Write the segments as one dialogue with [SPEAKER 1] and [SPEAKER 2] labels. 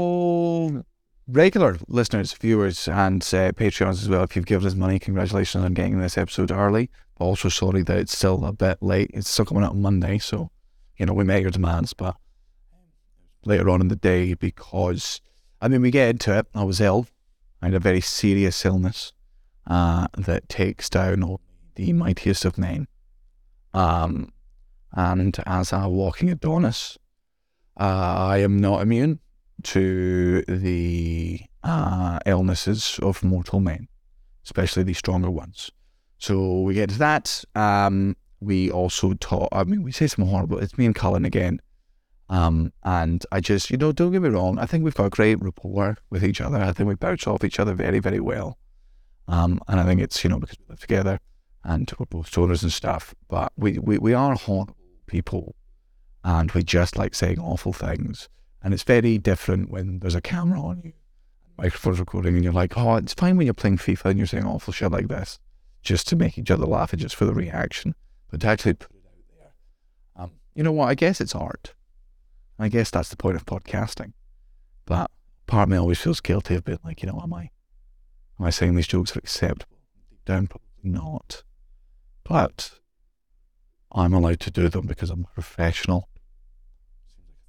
[SPEAKER 1] Hello, regular listeners, viewers, and uh, Patreons as well. If you've given us money, congratulations on getting this episode early. Also, sorry that it's still a bit late. It's still coming out on Monday, so you know we met your demands, but later on in the day because I mean we get into it. I was ill. I had a very serious illness uh, that takes down all the mightiest of men. Um, and as a walking Adonis, uh, I am not immune to the uh, illnesses of mortal men, especially the stronger ones. So we get to that. Um, we also talk. I mean, we say some horrible. It's me and Colin again. Um, and I just, you know, don't get me wrong. I think we've got a great rapport with each other. I think we bounce off each other very, very well. Um, and I think it's, you know, because we live together and we're both stoners and stuff. But we, we, we are horrible people and we just like saying awful things. And it's very different when there's a camera on you, microphone's recording, and you're like, oh, it's fine when you're playing FIFA and you're saying awful shit like this just to make each other laugh and just for the reaction. But to actually put it out there, um, you know what? I guess it's art. I guess that's the point of podcasting. But part of me always feels guilty of being like, you know, am I, am I saying these jokes are acceptable? Deep down, probably not. But I'm allowed to do them because I'm a professional.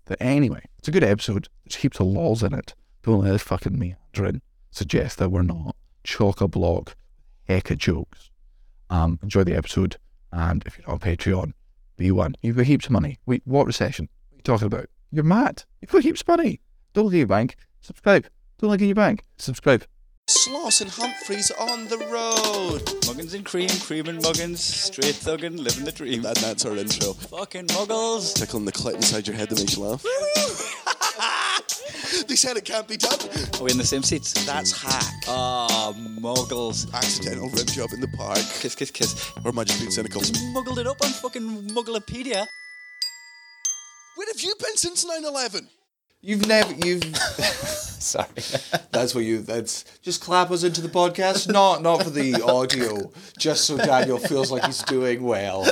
[SPEAKER 1] But anyway, it's a good episode. There's heaps of laws in it. Don't let this fucking meandering suggest that we're not chock a block, heck of jokes. Um, enjoy the episode, and if you're not on Patreon, be one. You've got heaps of money. Wait, what recession? What are you talking about? You're mad. You've got heaps of money. Don't look at your bank. Subscribe. Don't look at your bank. Subscribe.
[SPEAKER 2] Sloss and Humphreys on the road.
[SPEAKER 3] Muggins and cream, cream and muggins, straight thuggin', living the dream.
[SPEAKER 2] And that's our intro.
[SPEAKER 3] Fucking muggles.
[SPEAKER 2] Tickling the clit inside your head that makes you laugh. they said it can't be done.
[SPEAKER 3] Are we in the same seats?
[SPEAKER 2] That's hack.
[SPEAKER 3] Ah, muggles.
[SPEAKER 2] Accidental rim job in the park.
[SPEAKER 3] Kiss, kiss, kiss.
[SPEAKER 2] Or am I just being cynical?
[SPEAKER 3] Muggled it up on fucking Mugglepedia.
[SPEAKER 2] Where have you been since 9 11?
[SPEAKER 4] You've never, you've.
[SPEAKER 3] Sorry.
[SPEAKER 4] That's what you. That's just clap us into the podcast. Not, not for the audio. Just so Daniel feels like he's doing well.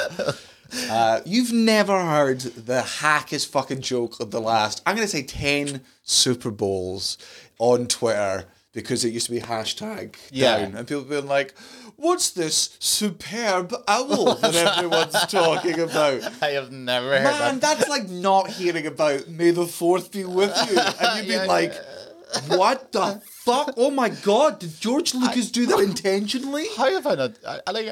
[SPEAKER 4] Uh, you've never heard the hackest fucking joke of the last. I'm gonna say ten Super Bowls on Twitter because it used to be hashtag
[SPEAKER 3] Yeah.
[SPEAKER 4] down, and people being like, "What's this superb owl that everyone's talking about?"
[SPEAKER 3] I have never heard
[SPEAKER 4] Man, that's like not hearing about May the Fourth be with you, and you've been like, "What the fuck? Oh my god! Did George Lucas do that intentionally?"
[SPEAKER 5] How have I not? I, I like.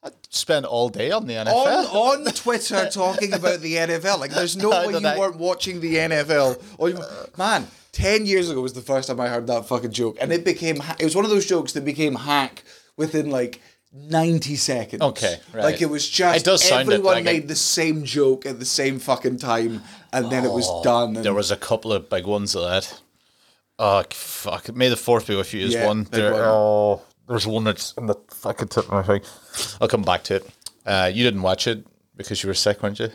[SPEAKER 5] I spent all day on the NFL.
[SPEAKER 4] On on Twitter talking about the NFL, like there's no
[SPEAKER 5] I
[SPEAKER 4] way
[SPEAKER 5] don't
[SPEAKER 4] you
[SPEAKER 5] know.
[SPEAKER 4] weren't watching the NFL. Or Oh, you, man, ten years ago was the first time I heard that fucking joke, and it became ha- it was one of those jokes that became hack within like. 90 seconds.
[SPEAKER 5] Okay, right.
[SPEAKER 4] Like it was just
[SPEAKER 5] It does sound it,
[SPEAKER 4] everyone
[SPEAKER 5] like
[SPEAKER 4] made
[SPEAKER 5] it-
[SPEAKER 4] the same joke at the same fucking time and then it was
[SPEAKER 5] Oh,
[SPEAKER 4] done. and-
[SPEAKER 5] there was a couple of big ones of that. Oh fuck! May the fourth be with you is
[SPEAKER 4] Yeah,
[SPEAKER 5] one.
[SPEAKER 4] big
[SPEAKER 5] There,
[SPEAKER 4] one.
[SPEAKER 5] oh, there's one that's in the fucking tip of my thing. I'll come back to it. Uh, you didn't watch it because you were sick, weren't you?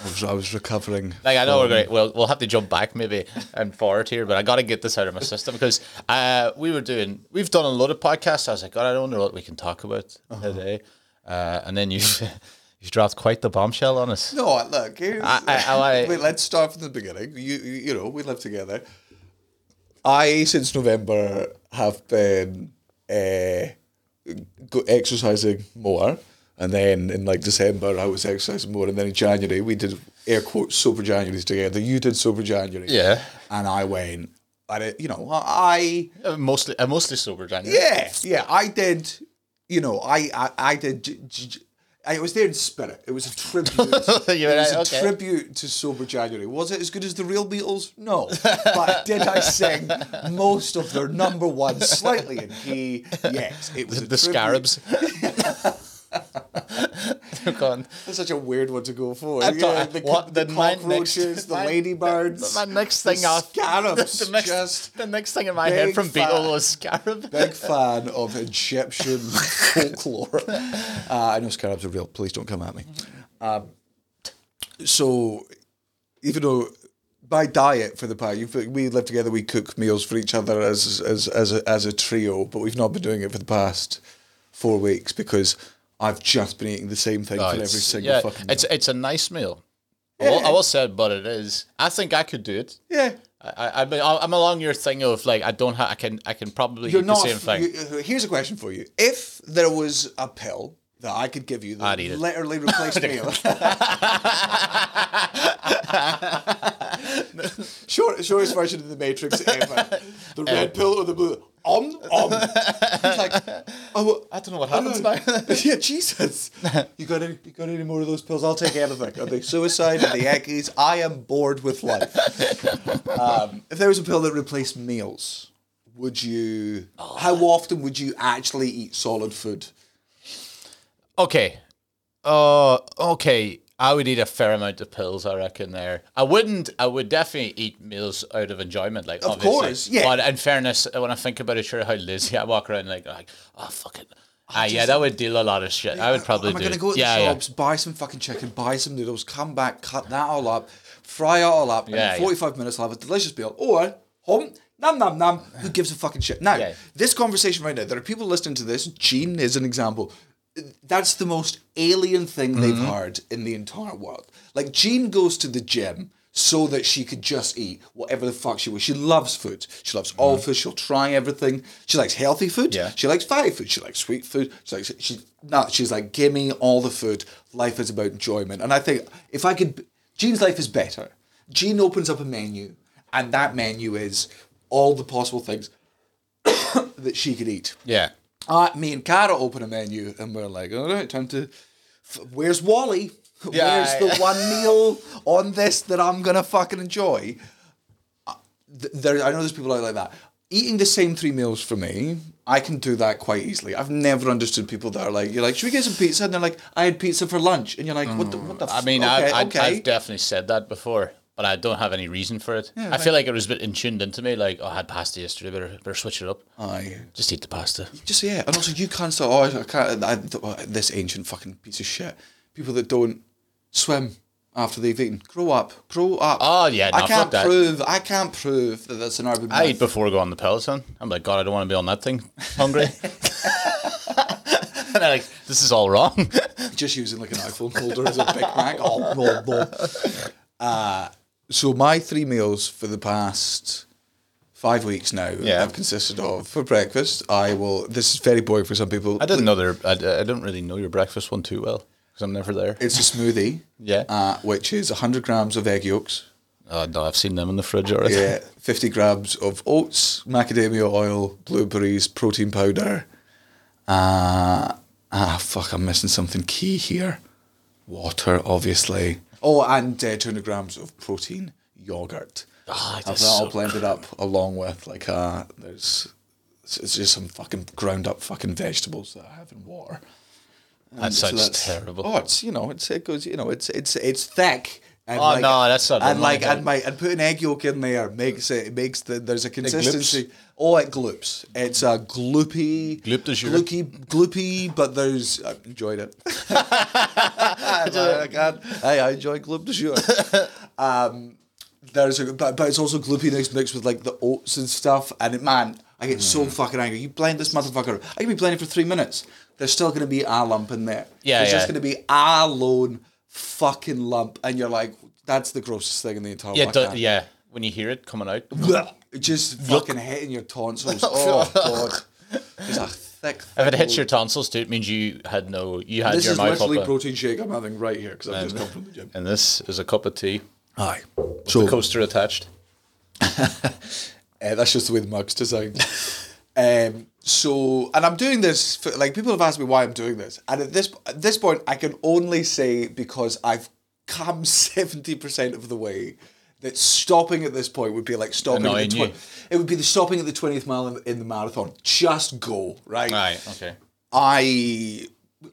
[SPEAKER 4] I was, I was recovering.
[SPEAKER 5] Like I know we're going. We'll we'll have to jump back maybe and forward here, but I got to get this out of my system because uh, we were doing. We've done a lot of podcasts. I was like, God, I don't know what we can talk about
[SPEAKER 4] Uh-huh.
[SPEAKER 5] today. Uh, and then you you dropped quite the bombshell on us.
[SPEAKER 4] No, look. Here's,
[SPEAKER 5] I- I- I-
[SPEAKER 4] wait, let's start from the beginning. You, you, you know, we live together. I, since November, have been uh, go exercising more. And then in like December, I was exercising more. And then in January, we did air quotes sober Januaries together. You did sober January.
[SPEAKER 5] Yeah.
[SPEAKER 4] And I went, and it, you know, I.
[SPEAKER 5] Uh, mostly, uh, mostly sober, January.
[SPEAKER 4] Yeah, yeah. I did. You know, I I, I did. J- j- j- I was there in spirit. It was a tribute.
[SPEAKER 5] You were
[SPEAKER 4] it was
[SPEAKER 5] like,
[SPEAKER 4] a
[SPEAKER 5] okay.
[SPEAKER 4] tribute to Sober January. Was it as good as the real Beatles? No, but did I sing most of their number ones slightly in key? Yes, it was
[SPEAKER 5] The,
[SPEAKER 4] a
[SPEAKER 5] the
[SPEAKER 4] tribute.
[SPEAKER 5] scarabs. They're gone.
[SPEAKER 4] That's such a weird one to go for.
[SPEAKER 5] I thought- uh,
[SPEAKER 4] Yeah, the, co-
[SPEAKER 5] what,
[SPEAKER 4] the,
[SPEAKER 5] then my next-
[SPEAKER 4] cockroaches, the
[SPEAKER 5] my-
[SPEAKER 4] ladybirds,
[SPEAKER 5] My next
[SPEAKER 4] the
[SPEAKER 5] thing off.
[SPEAKER 4] scarabs.
[SPEAKER 5] The next,
[SPEAKER 4] just
[SPEAKER 5] the next thing in my head
[SPEAKER 4] big
[SPEAKER 5] from Beatle
[SPEAKER 4] fat-
[SPEAKER 5] was scarab.
[SPEAKER 4] Big fan of Egyptian folklore. Uh, I know scarabs are real. Please don't come at me. Um, so, even though my diet for the pie, you've, we live together, we cook meals for each other as as as a, as a trio, but we've not been doing it for the past four weeks because I've just been eating the same thing
[SPEAKER 5] Oh,
[SPEAKER 4] for every
[SPEAKER 5] it's-
[SPEAKER 4] single
[SPEAKER 5] yeah,
[SPEAKER 4] fucking.
[SPEAKER 5] It's it's a nice meal. I will, I will say, it, but it is. I think I could do it.
[SPEAKER 4] yeah,
[SPEAKER 5] I, I, I mean, I'm along your thing of like I don't have I can I can probably
[SPEAKER 4] You're
[SPEAKER 5] eat
[SPEAKER 4] not.
[SPEAKER 5] the same thing.
[SPEAKER 4] you- uh, here's a question for you: If there was a pill that I could give you that
[SPEAKER 5] I'd eat it.
[SPEAKER 4] literally replaced meal, short, shortest version of the Matrix ever: the red pill or the blue? Om om. He's like, oh,
[SPEAKER 5] I don't know what happens now.
[SPEAKER 4] yeah, Jesus. You got any? You got any more of those pills? I'll take anything. Are they suicide? Are they eggies? I am bored with life. Um, if there was a pill that replaced meals, would you? How often would you actually eat solid food?
[SPEAKER 5] Okay. Uh okay. I would eat a fair amount of pills, I reckon. There, I wouldn't. I would definitely eat meals out of enjoyment, like of obviously.
[SPEAKER 4] course, yeah.
[SPEAKER 5] But in fairness, when I think about it, sure, how lazy I walk around, like, like oh fuck it. Ah, yeah, that would deal a lot of shit. I would probably
[SPEAKER 4] Am I
[SPEAKER 5] do.
[SPEAKER 4] gonna go to
[SPEAKER 5] yeah,
[SPEAKER 4] the shops, buy some fucking chicken, buy some noodles, come back, cut that all up, fry it all up, and
[SPEAKER 5] Yeah,
[SPEAKER 4] in
[SPEAKER 5] yeah.
[SPEAKER 4] 45 minutes I'll have a delicious meal. Or, home, nam nam nam, who gives a fucking shit? Now,
[SPEAKER 5] Yeah.
[SPEAKER 4] this conversation right now, there are people listening to this, Gene is an example. That's the most alien thing they've heard in the entire world. Like, Jean goes to the gym so that she could just eat whatever the fuck she wants. She loves food. She loves all food. She'll try everything. She likes healthy food.
[SPEAKER 5] Yeah.
[SPEAKER 4] She likes fatty food. She likes sweet food. She likes she no. She's like, give me all the food. Life is about enjoyment. And I think if I could, Jean's life is better. Jean opens up a menu, and that menu is all the possible things that she could eat.
[SPEAKER 5] yeah.
[SPEAKER 4] Uh, me and Cara open a menu, and we're like, all right, time to. f- Where's Wally?
[SPEAKER 5] Yeah,
[SPEAKER 4] Where's the one meal on this that I'm gonna fucking enjoy? Uh, th- There, I know there's people out like that. Eating the same three meals for me, I can do that quite easily. I've never understood people that are like, you're like, should we get some pizza? And they're like, I had pizza for lunch, and you're like, what the, what the?
[SPEAKER 5] Mm. I mean,
[SPEAKER 4] okay,
[SPEAKER 5] I, I,
[SPEAKER 4] okay.
[SPEAKER 5] I've definitely said that before, but I don't have any reason for it. I feel like it was a bit in tuned into me. Like, oh, I had pasta yesterday. Better, better switch it up.
[SPEAKER 4] Aye.
[SPEAKER 5] Just eat the pasta.
[SPEAKER 4] Just yeah, and also you can't say, oh, I can't. I, I- this ancient fucking piece of shit. People that don't swim after they've eaten, grow up, grow up.
[SPEAKER 5] Oh, yeah, no,
[SPEAKER 4] I can't
[SPEAKER 5] fuck that.
[SPEAKER 4] prove. I can't prove that that's an urban.
[SPEAKER 5] I
[SPEAKER 4] myth.
[SPEAKER 5] eat before I go on the peloton. I'm like, God, I don't want to be on that thing. Hungry. and I'm like, this is all wrong.
[SPEAKER 4] just using like an iPhone holder as a Big Mac. Oh no, no. Uh, so my three meals for the past five weeks now
[SPEAKER 5] Yeah.
[SPEAKER 4] have consisted of for breakfast. I will. This is very boring for some people.
[SPEAKER 5] I didn't know their. I, I don't really know your breakfast one too well because I'm never there.
[SPEAKER 4] It's a smoothie.
[SPEAKER 5] Yeah.
[SPEAKER 4] Uh, which is 100 grams of egg yolks.
[SPEAKER 5] Oh no, I've seen them in the fridge already.
[SPEAKER 4] Yeah, 50 grams of oats, macadamia oil, blueberries, protein powder. Uh, ah, fuck, I'm missing something key here. Water, obviously. Oh, and uh, 200 grams of protein yogurt.
[SPEAKER 5] Ah,
[SPEAKER 4] Have
[SPEAKER 5] that's
[SPEAKER 4] that all
[SPEAKER 5] so
[SPEAKER 4] blended up along with like uh, there's it's it's just some fucking ground up fucking vegetables that I have in water.
[SPEAKER 5] That
[SPEAKER 4] So
[SPEAKER 5] sounds
[SPEAKER 4] that's-
[SPEAKER 5] terrible.
[SPEAKER 4] Oh, it's you know, it's it goes, you know, it's it's it's thick. And
[SPEAKER 5] Oh, no, that's not
[SPEAKER 4] And like
[SPEAKER 5] what mine
[SPEAKER 4] and
[SPEAKER 5] is.
[SPEAKER 4] my and putting egg yolk in there makes it, it makes the there's a consistency. oh, it gloops. It's a gloopy,
[SPEAKER 5] Gloop du jour.
[SPEAKER 4] gloopy, gloopy. But there's I enjoyed it. I, can't- hey, I enjoy gloop de jour. um, there's a but, but it's also gloopiness mixed with like the oats and stuff. And it, man, I get
[SPEAKER 5] Mm.
[SPEAKER 4] so fucking angry. You blend this motherfucker. I can be blending for three minutes. There's still gonna be a lump in there.
[SPEAKER 5] Yeah,
[SPEAKER 4] There's just
[SPEAKER 5] yeah.
[SPEAKER 4] gonna be a lone fucking lump, and you're like, that's the grossest thing in the entire.
[SPEAKER 5] yeah,
[SPEAKER 4] world.
[SPEAKER 5] do, yeah. When you hear it coming out, if
[SPEAKER 4] Blech. Just fucking hitting your tonsils. Oh god, it's a thick.
[SPEAKER 5] it hits your tonsils too, it means you had no. You had
[SPEAKER 4] This
[SPEAKER 5] your
[SPEAKER 4] is
[SPEAKER 5] mouth
[SPEAKER 4] literally
[SPEAKER 5] open.
[SPEAKER 4] protein shake I'm having right here because I've just come from the gym.
[SPEAKER 5] and this is a cup of tea.
[SPEAKER 4] Aye.
[SPEAKER 5] The
[SPEAKER 4] So
[SPEAKER 5] coaster attached.
[SPEAKER 4] Uh, that's just the way the mug's designed. um, so, and I'm doing this for like people have asked me why I'm doing this, and at this at this point, I can only say because I've come seventy percent of the way. That stopping at this point would be like stopping. At
[SPEAKER 5] Annoying
[SPEAKER 4] the
[SPEAKER 5] you.
[SPEAKER 4] twen- it would be the stopping at the twentieth mile in, in the marathon. Just go right.
[SPEAKER 5] Right. Okay.
[SPEAKER 4] I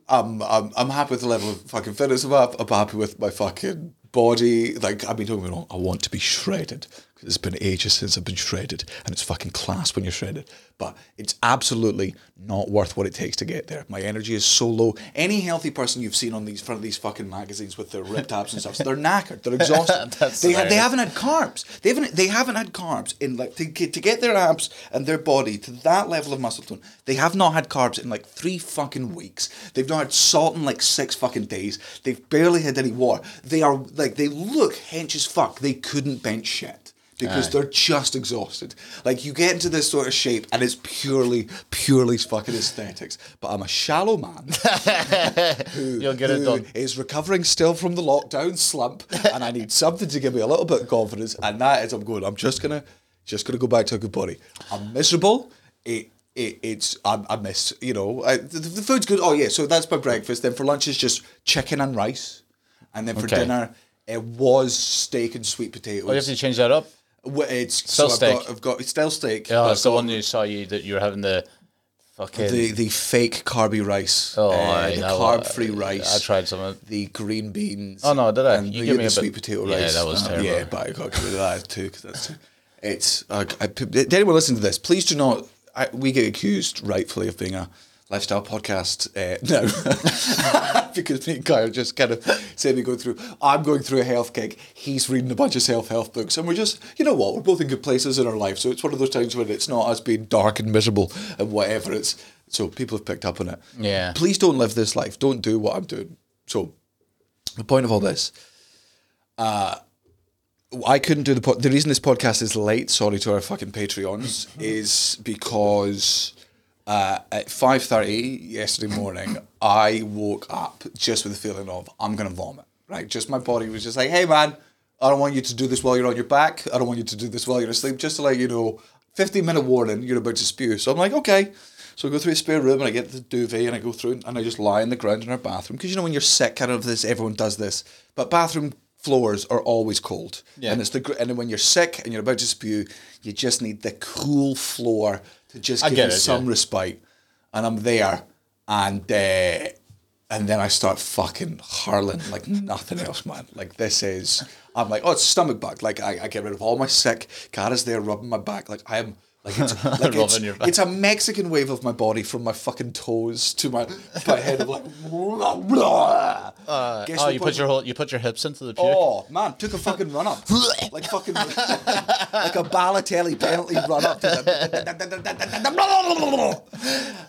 [SPEAKER 4] um I'm, I'm happy with the level of fucking fitness I'm up. I'm happy with my fucking body. Like I mean, don't get me wrong. I want to be shredded 'Cause it's been ages since I've been shredded, and it's fucking class when you're shredded. But it's absolutely not worth what it takes to get there. My energy is so low. Any healthy person you've seen on these front of these fucking magazines with their ripped abs and stuff, they're knackered. They're exhausted.
[SPEAKER 5] That's
[SPEAKER 4] they, ha- they
[SPEAKER 5] hilarious.
[SPEAKER 4] haven't had carbs. They haven't they haven't had carbs in like to get to get their abs and their body to that level of muscle tone. They have not had carbs in like three fucking weeks. They've not had salt in like six fucking days. They've barely had any water. They are like they look hench as fuck. They couldn't bench shit. because they're just exhausted. Like you get into this sort of shape and it's purely, purely fucking aesthetics. But I'm a shallow man
[SPEAKER 5] You'll get it
[SPEAKER 4] who
[SPEAKER 5] done.
[SPEAKER 4] is recovering still from the lockdown slump, and I need something to give me a little bit of confidence. And that is, I'm going. I'm just gonna, just gonna go back to a good body. I'm miserable. It. It, it's I, I miss you know I, the, the food's good oh yeah so that's my breakfast then for lunch it's just chicken and rice and then for
[SPEAKER 5] Okay.
[SPEAKER 4] dinner it was steak and sweet potatoes
[SPEAKER 5] I guess Oh, you change that up.
[SPEAKER 4] Wh- it's
[SPEAKER 5] Still
[SPEAKER 4] so
[SPEAKER 5] steak.
[SPEAKER 4] I've got, I've got it's still steak
[SPEAKER 5] Yeah,
[SPEAKER 4] but
[SPEAKER 5] it's the one who saw you that you were having the fucking.
[SPEAKER 4] Uh, the the fake carby rice
[SPEAKER 5] oh,
[SPEAKER 4] uh,
[SPEAKER 5] aye,
[SPEAKER 4] the
[SPEAKER 5] that
[SPEAKER 4] carb
[SPEAKER 5] one-
[SPEAKER 4] free rice
[SPEAKER 5] I tried some of
[SPEAKER 4] the green beans.
[SPEAKER 5] Oh, no, did I?
[SPEAKER 4] And
[SPEAKER 5] You
[SPEAKER 4] the,
[SPEAKER 5] gave me
[SPEAKER 4] the
[SPEAKER 5] a bit-
[SPEAKER 4] sweet potato
[SPEAKER 5] Yeah,
[SPEAKER 4] rice.
[SPEAKER 5] that was
[SPEAKER 4] Uh,
[SPEAKER 5] terrible.
[SPEAKER 4] Yeah, but I got rid of that too because that's too. It's. I, I, did anyone listen to this? Please do not. I, we get accused rightfully of being a lifestyle podcast uh, now because me and Guy are just kind of saying we go through. I'm going through a health kick. He's reading a bunch of self health books, and we're just. You know what? We're both in good places in our life, so it's one of those times when it's not us being dark and miserable and whatever. It's so people have picked up on it.
[SPEAKER 5] Yeah.
[SPEAKER 4] Please don't live this life. Don't do what I'm doing. So the point of all this, uh, I couldn't do the po- the reason this podcast is late. Sorry to our fucking Patreons is because uh, at five thirty yesterday morning, I woke up just with the feeling of I'm gonna vomit. Right, just my body was just like, hey man, I don't want you to do this while you're on your back. I don't want you to do this while you're asleep. Just to let you know, 15 minute warning, you're about to spew. So I'm like, okay. So I go through a spare room and I get the duvet and I go through and I just lie on the ground in our bathroom. Because you know, when you're sick, kind of this, everyone does this. But bathroom floors are always cold. Yeah. And it's the gr- and then when you're sick and you're about to spew, you just need the cool floor to just
[SPEAKER 5] I
[SPEAKER 4] give
[SPEAKER 5] get
[SPEAKER 4] you
[SPEAKER 5] it,
[SPEAKER 4] some
[SPEAKER 5] yeah.
[SPEAKER 4] respite. And I'm there and uh, and then I start fucking hurling like nothing else, man. Like this is I'm like, oh it's stomach bug. Like I, I get rid of all my sick. Kara's there rubbing my back. Like I am like it's like
[SPEAKER 5] Rubbing
[SPEAKER 4] it's,
[SPEAKER 5] your back.
[SPEAKER 4] it's a Mexican wave of my body from my fucking toes to my my head. I'm like, blah, blah. Guess
[SPEAKER 5] Oh,
[SPEAKER 4] what
[SPEAKER 5] you
[SPEAKER 4] point-
[SPEAKER 5] put your whole, you put your hips into the puke.
[SPEAKER 4] Oh man, took a fucking run up, like fucking like a Balotelli penalty run up.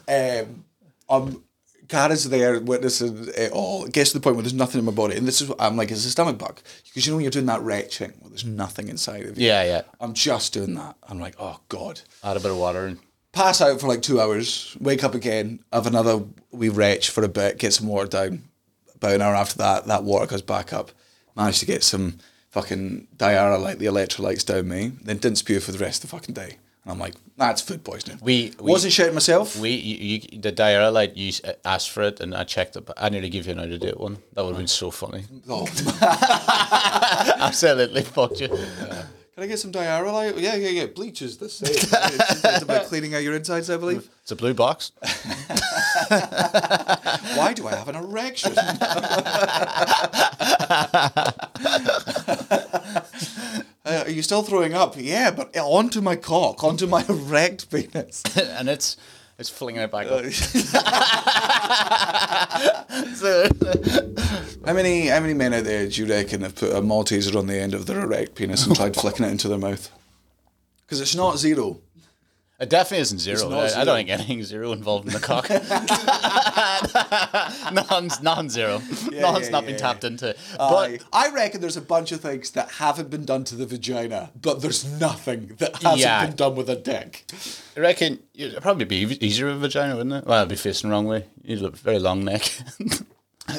[SPEAKER 4] um, I'm Kara's there witnessing it all. It gets to the point where there's nothing in my body, and this is what I'm like, it's a stomach bug because you know when you're doing that retching, where there's nothing inside of you.
[SPEAKER 5] Yeah, yeah.
[SPEAKER 4] I'm just doing that. I'm like, oh god
[SPEAKER 5] Add a bit of water and
[SPEAKER 4] pass out for like two hours, wake up again, have another wee retch for a bit, get some water down. About an hour after that, that water goes back up. Managed to get some fucking Diara, like the electrolytes down me, then didn't spew for the rest of the fucking day. And I'm like, that's food poisoning.
[SPEAKER 5] We- we-
[SPEAKER 4] wasn't shitting myself.
[SPEAKER 5] we, you, you the diarrhea light. You s- uh, asked for it, and I checked it. But I nearly give you an out of date one. That would have been so funny.
[SPEAKER 4] oh,
[SPEAKER 5] Absolutely fucked you.
[SPEAKER 4] can I get some Diara? Like, yeah, yeah, yeah. Bleach is the same. it's, it's about cleaning out your insides, I believe.
[SPEAKER 5] It's a blue box.
[SPEAKER 4] Why do I have an erection? Uh, are you still throwing up? Yeah, but onto my cock, onto my erect penis.
[SPEAKER 5] and it's it's flinging it back up. So-
[SPEAKER 4] How many how many men out there do you reckon have put a Malteser on the end of their erect penis and tried flicking it into their mouth? Because it's not zero.
[SPEAKER 5] it definitely isn't zero.
[SPEAKER 4] not
[SPEAKER 5] I, I
[SPEAKER 4] zero.
[SPEAKER 5] don't think anything zero involved in the cock. None's non-zero. None's
[SPEAKER 4] yeah,
[SPEAKER 5] not been
[SPEAKER 4] yeah,
[SPEAKER 5] tapped into.
[SPEAKER 4] But
[SPEAKER 5] But
[SPEAKER 4] I, I reckon there's a bunch of things that haven't been done to the vagina, but there's nothing that hasn't
[SPEAKER 5] Yeah.
[SPEAKER 4] been done with a dick.
[SPEAKER 5] I reckon it'd probably be e- easier with a vagina, wouldn't it? Well, it'd be facing the wrong way. You'd look very long neck. you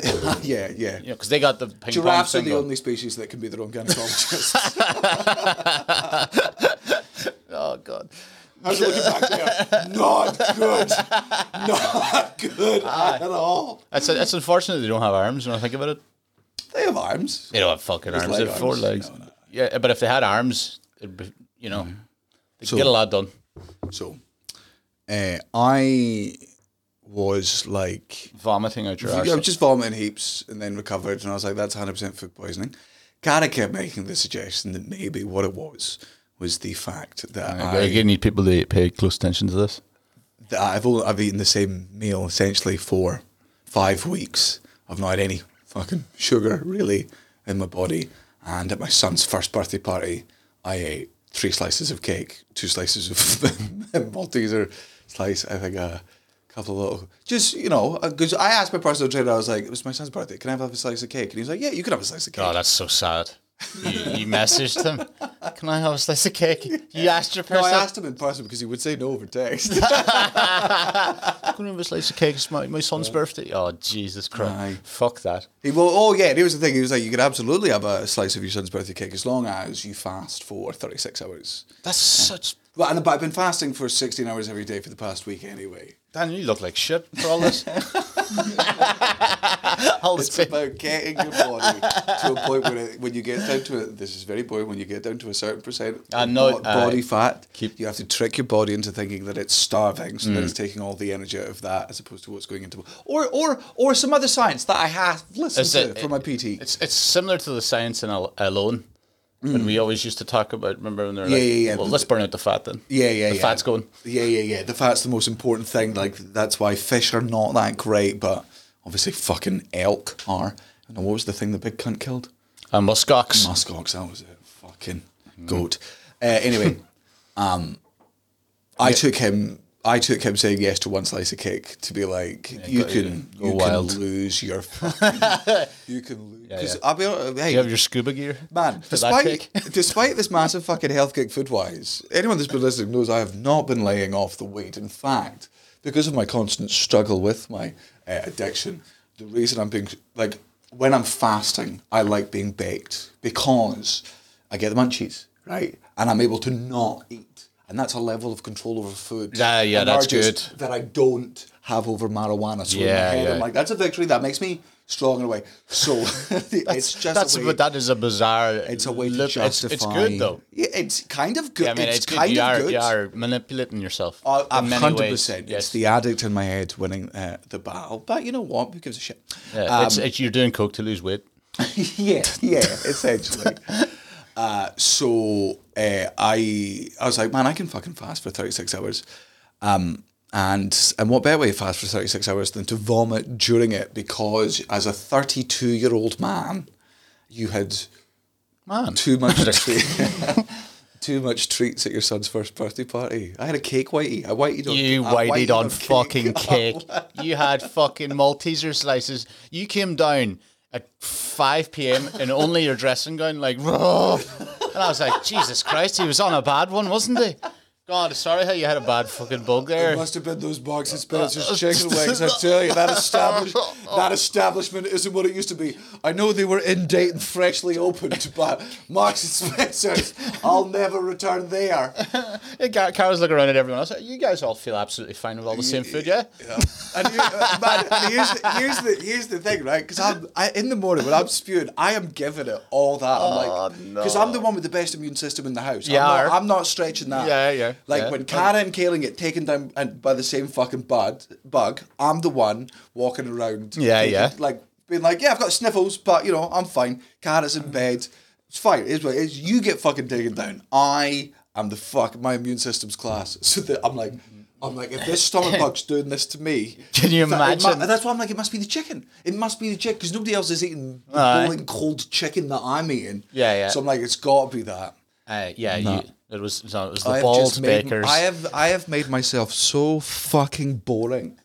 [SPEAKER 5] know,
[SPEAKER 4] yeah, yeah.
[SPEAKER 5] 'cause they got the ping pong
[SPEAKER 4] Giraffes are
[SPEAKER 5] thing.
[SPEAKER 4] the
[SPEAKER 5] going.
[SPEAKER 4] only species that can be their own gynecologists.
[SPEAKER 5] Oh god.
[SPEAKER 4] I was looking back there. Not good. Not good at all.
[SPEAKER 5] That's that's unfortunate they don't have arms when I think about it.
[SPEAKER 4] They have arms.
[SPEAKER 5] They don't have fucking arms.
[SPEAKER 4] leg
[SPEAKER 5] They have four
[SPEAKER 4] arms.
[SPEAKER 5] legs.
[SPEAKER 4] No, no.
[SPEAKER 5] Yeah, but if they had arms, it'd be, you know, they could get a lot done.
[SPEAKER 4] So, uh, I was like,
[SPEAKER 5] Vomiting out your arse.
[SPEAKER 4] I was just vomiting heaps and then recovered, and I was like, that's 100% food poisoning. Cara kept making the suggestion that maybe what it was was the fact that, I,
[SPEAKER 5] Again, need people to pay close attention to this.
[SPEAKER 4] that I've, only, I've eaten the same meal essentially for five weeks. I've not had any fucking sugar really in my body. And at my son's first birthday party, I ate three slices of cake, two slices of Malteser slice, I think a couple of little, just, you know, uh, because I asked my personal trainer, I was like, it was my son's birthday, can I have a slice of cake? And he was like, yeah, you can have a slice of cake.
[SPEAKER 5] Oh, that's so sad. You, you messaged them. Can I have a slice of cake? You asked your
[SPEAKER 4] No,
[SPEAKER 5] person.
[SPEAKER 4] I asked him in person because he would say no over text.
[SPEAKER 5] Can I have a slice of cake? It's my, my son's birthday. Oh Jesus Christ!
[SPEAKER 4] Aye.
[SPEAKER 5] Fuck that.
[SPEAKER 4] He well, oh yeah, and he was the thing. He was like, you could absolutely have a slice of your son's birthday cake as long as you fast for thirty six hours.
[SPEAKER 5] That's such.
[SPEAKER 4] Well, and I've been fasting for sixteen hours every day for the past week anyway.
[SPEAKER 5] Dan, you look like shit for all this. all this
[SPEAKER 4] It's
[SPEAKER 5] bit-
[SPEAKER 4] about getting your body to a point where, it, when you get down to it, this is very boring. When you get down to a certain percent
[SPEAKER 5] I
[SPEAKER 4] of
[SPEAKER 5] know,
[SPEAKER 4] bo-
[SPEAKER 5] aye.
[SPEAKER 4] body fat,
[SPEAKER 5] Keep- Mm.
[SPEAKER 4] you have to trick your body into thinking that it's starving, so that it's taking all the energy out of that, as opposed to what's going into or or or some other science that I have listened
[SPEAKER 5] Is
[SPEAKER 4] to
[SPEAKER 5] it-
[SPEAKER 4] for my PT.
[SPEAKER 5] It's it's similar to the science in Al- alone. When we always used to talk about, remember when they're like,
[SPEAKER 4] Mm. yeah, yeah.
[SPEAKER 5] well, let's burn out the fat then.
[SPEAKER 4] Yeah, yeah,
[SPEAKER 5] the
[SPEAKER 4] yeah.
[SPEAKER 5] fat's going.
[SPEAKER 4] Yeah, yeah, yeah. The fat's the most important thing. Like that's why fish are not that great, but obviously fucking elk are. And what was the thing the big cunt killed?
[SPEAKER 5] And Uh, muskox.
[SPEAKER 4] Muskox. That was it. Fucking
[SPEAKER 5] Mm.
[SPEAKER 4] goat. Uh, anyway, um, I took him. I took him saying yes to one slice of cake to be like, you
[SPEAKER 5] go-
[SPEAKER 4] can,
[SPEAKER 5] go
[SPEAKER 4] you
[SPEAKER 5] wild.
[SPEAKER 4] can lose your, fucking, you can lose. Because
[SPEAKER 5] yeah.
[SPEAKER 4] I'll be honest, hey,
[SPEAKER 5] You have your scuba gear.
[SPEAKER 4] Man,
[SPEAKER 5] For
[SPEAKER 4] despite
[SPEAKER 5] that cake.
[SPEAKER 4] despite this massive fucking health kick food wise, anyone that's been listening knows I have not been laying off the weight. In fact, because of my constant struggle with my uh, addiction, the reason I'm being like when I'm fasting, I like being baked because I get the munchies, right? And I'm able to not eat. And that's a level of control over food.
[SPEAKER 5] Yeah, yeah,
[SPEAKER 4] and
[SPEAKER 5] that's
[SPEAKER 4] arduous That I don't have over marijuana. So in
[SPEAKER 5] Yeah,
[SPEAKER 4] my head,
[SPEAKER 5] yeah.
[SPEAKER 4] I'm like, that's a victory. That makes me strong in a way. So it's just
[SPEAKER 5] That's
[SPEAKER 4] a way
[SPEAKER 5] but that is a bizarre.
[SPEAKER 4] it's a way to
[SPEAKER 5] loop. It's-
[SPEAKER 4] justify.
[SPEAKER 5] It's, good though.
[SPEAKER 4] Yeah, it's kind of good.
[SPEAKER 5] Yeah, I mean,
[SPEAKER 4] it's,
[SPEAKER 5] it's, good.
[SPEAKER 4] kind
[SPEAKER 5] you
[SPEAKER 4] of
[SPEAKER 5] are
[SPEAKER 4] good.
[SPEAKER 5] you are manipulating yourself.
[SPEAKER 4] Uh,
[SPEAKER 5] in
[SPEAKER 4] I'm
[SPEAKER 5] many
[SPEAKER 4] hundred
[SPEAKER 5] ways.
[SPEAKER 4] percent.
[SPEAKER 5] Yes.
[SPEAKER 4] It's the addict in my head winning uh, the battle. But you know what? Who gives a shit?
[SPEAKER 5] Yeah, it's,
[SPEAKER 4] um,
[SPEAKER 5] it's you're doing coke to lose weight.
[SPEAKER 4] yeah, yeah, essentially. uh, so uh, I, I was like, man, I can fucking fast for thirty six hours. Um, and and what better way to fast for thirty six hours than to vomit during it? Because as a thirty two year old man, you had
[SPEAKER 5] Man,
[SPEAKER 4] too much treat. too much treats at your son's first birthday party. I had a cake whitey. I whiteyed on.
[SPEAKER 5] you
[SPEAKER 4] I
[SPEAKER 5] whited on
[SPEAKER 4] cake.
[SPEAKER 5] fucking cake. you had fucking Malteser slices. You came down at 5 p.m. in only your dressing gown, like, "Rah." and I was like, Jesus Christ, he was on a bad one, wasn't he? God, sorry how you had a bad fucking bug there. Uh,
[SPEAKER 4] It must have been those Marks and Spencer's chicken wings. I tell you, that, establish, that establishment isn't what it used to be. I know they were in date and freshly opened, but Marks and Spencer's, I'll never return there.
[SPEAKER 5] Yeah, Gar- Carol's looking around at everyone else. like, You guys all feel absolutely fine with all the same food, yeah?
[SPEAKER 4] And, here, uh, man, and here's, the, here's the here's the thing, right? Because I'm I, in the morning when I'm spewing, I am giving it all that. I'm like, because I'm the one with the best immune system in the house.
[SPEAKER 5] Oh, You
[SPEAKER 4] I'm
[SPEAKER 5] are.
[SPEAKER 4] not, I'm not stretching that.
[SPEAKER 5] Yeah, yeah,
[SPEAKER 4] Like
[SPEAKER 5] yeah.
[SPEAKER 4] when Cara and Kaling get taken down and by the same fucking bud bug, I'm the one walking around.
[SPEAKER 5] Yeah,
[SPEAKER 4] taking-
[SPEAKER 5] yeah.
[SPEAKER 4] Like being like, yeah, I've got sniffles, but you know, I'm fine. Cara's in bed. It's fine. It's what it is. You get fucking taken down. I am the fuck. My immune system's class. So that I'm like. I'm like, if this stomach bug's doing this to me,
[SPEAKER 5] Can you
[SPEAKER 4] in fact, it mu-
[SPEAKER 5] imagine?
[SPEAKER 4] and that's why I'm like, it must be the chicken. It must be the chicken because nobody else is eating the
[SPEAKER 5] Aye.
[SPEAKER 4] boiling cold chicken that I'm eating.
[SPEAKER 5] Yeah, yeah.
[SPEAKER 4] So I'm like, it's got to be that.
[SPEAKER 5] Uh, yeah, you, it was no, it was the
[SPEAKER 4] I have
[SPEAKER 5] bald
[SPEAKER 4] just made-
[SPEAKER 5] bakers.
[SPEAKER 4] I have I have made myself so fucking boring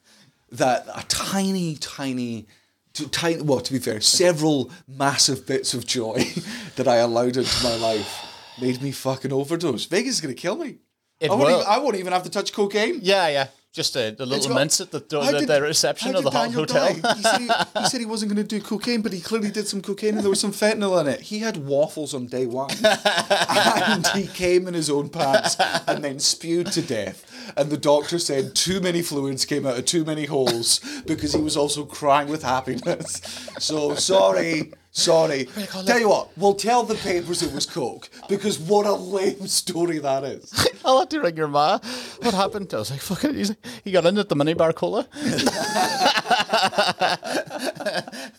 [SPEAKER 4] that a tiny, tiny, t- tiny. Well, to be fair, several massive bits of joy that I allowed into my life made me fucking overdose. Vegas is gonna kill me.
[SPEAKER 5] It
[SPEAKER 4] I won't,
[SPEAKER 5] will.
[SPEAKER 4] even, I won't even have to touch cocaine.
[SPEAKER 5] yeah, yeah. Just the, the little
[SPEAKER 4] got-
[SPEAKER 5] mints at the,
[SPEAKER 4] How
[SPEAKER 5] the,
[SPEAKER 4] did-
[SPEAKER 5] the reception
[SPEAKER 4] how
[SPEAKER 5] of the
[SPEAKER 4] did
[SPEAKER 5] hot
[SPEAKER 4] Daniel
[SPEAKER 5] hotel.
[SPEAKER 4] die? He said he, he said he wasn't going to do cocaine, but he clearly did some cocaine and there was some fentanyl in it. He had waffles on day one. and he came in his own pants and then spewed to death. And the doctor said too many fluids came out of too many holes because he was also crying with happiness. So sorry. Sorry. Tell you what, we'll tell the papers it was coke because what a lame story that is.
[SPEAKER 5] I'll have to ring your ma. What happened? I was like, fuck it. He's like, he got in at the minibar cola.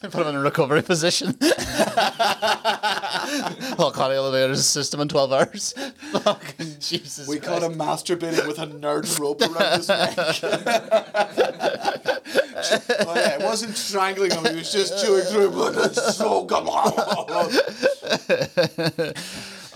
[SPEAKER 5] Put him in a recovery position. oh, God, he'll be out of his system in 12 hours. Fuck, Jesus
[SPEAKER 4] We caught
[SPEAKER 5] Christ.
[SPEAKER 4] him masturbating with a nerd rope around his neck. oh yeah, it wasn't strangling him; he was just chewing through blood. It's so come on.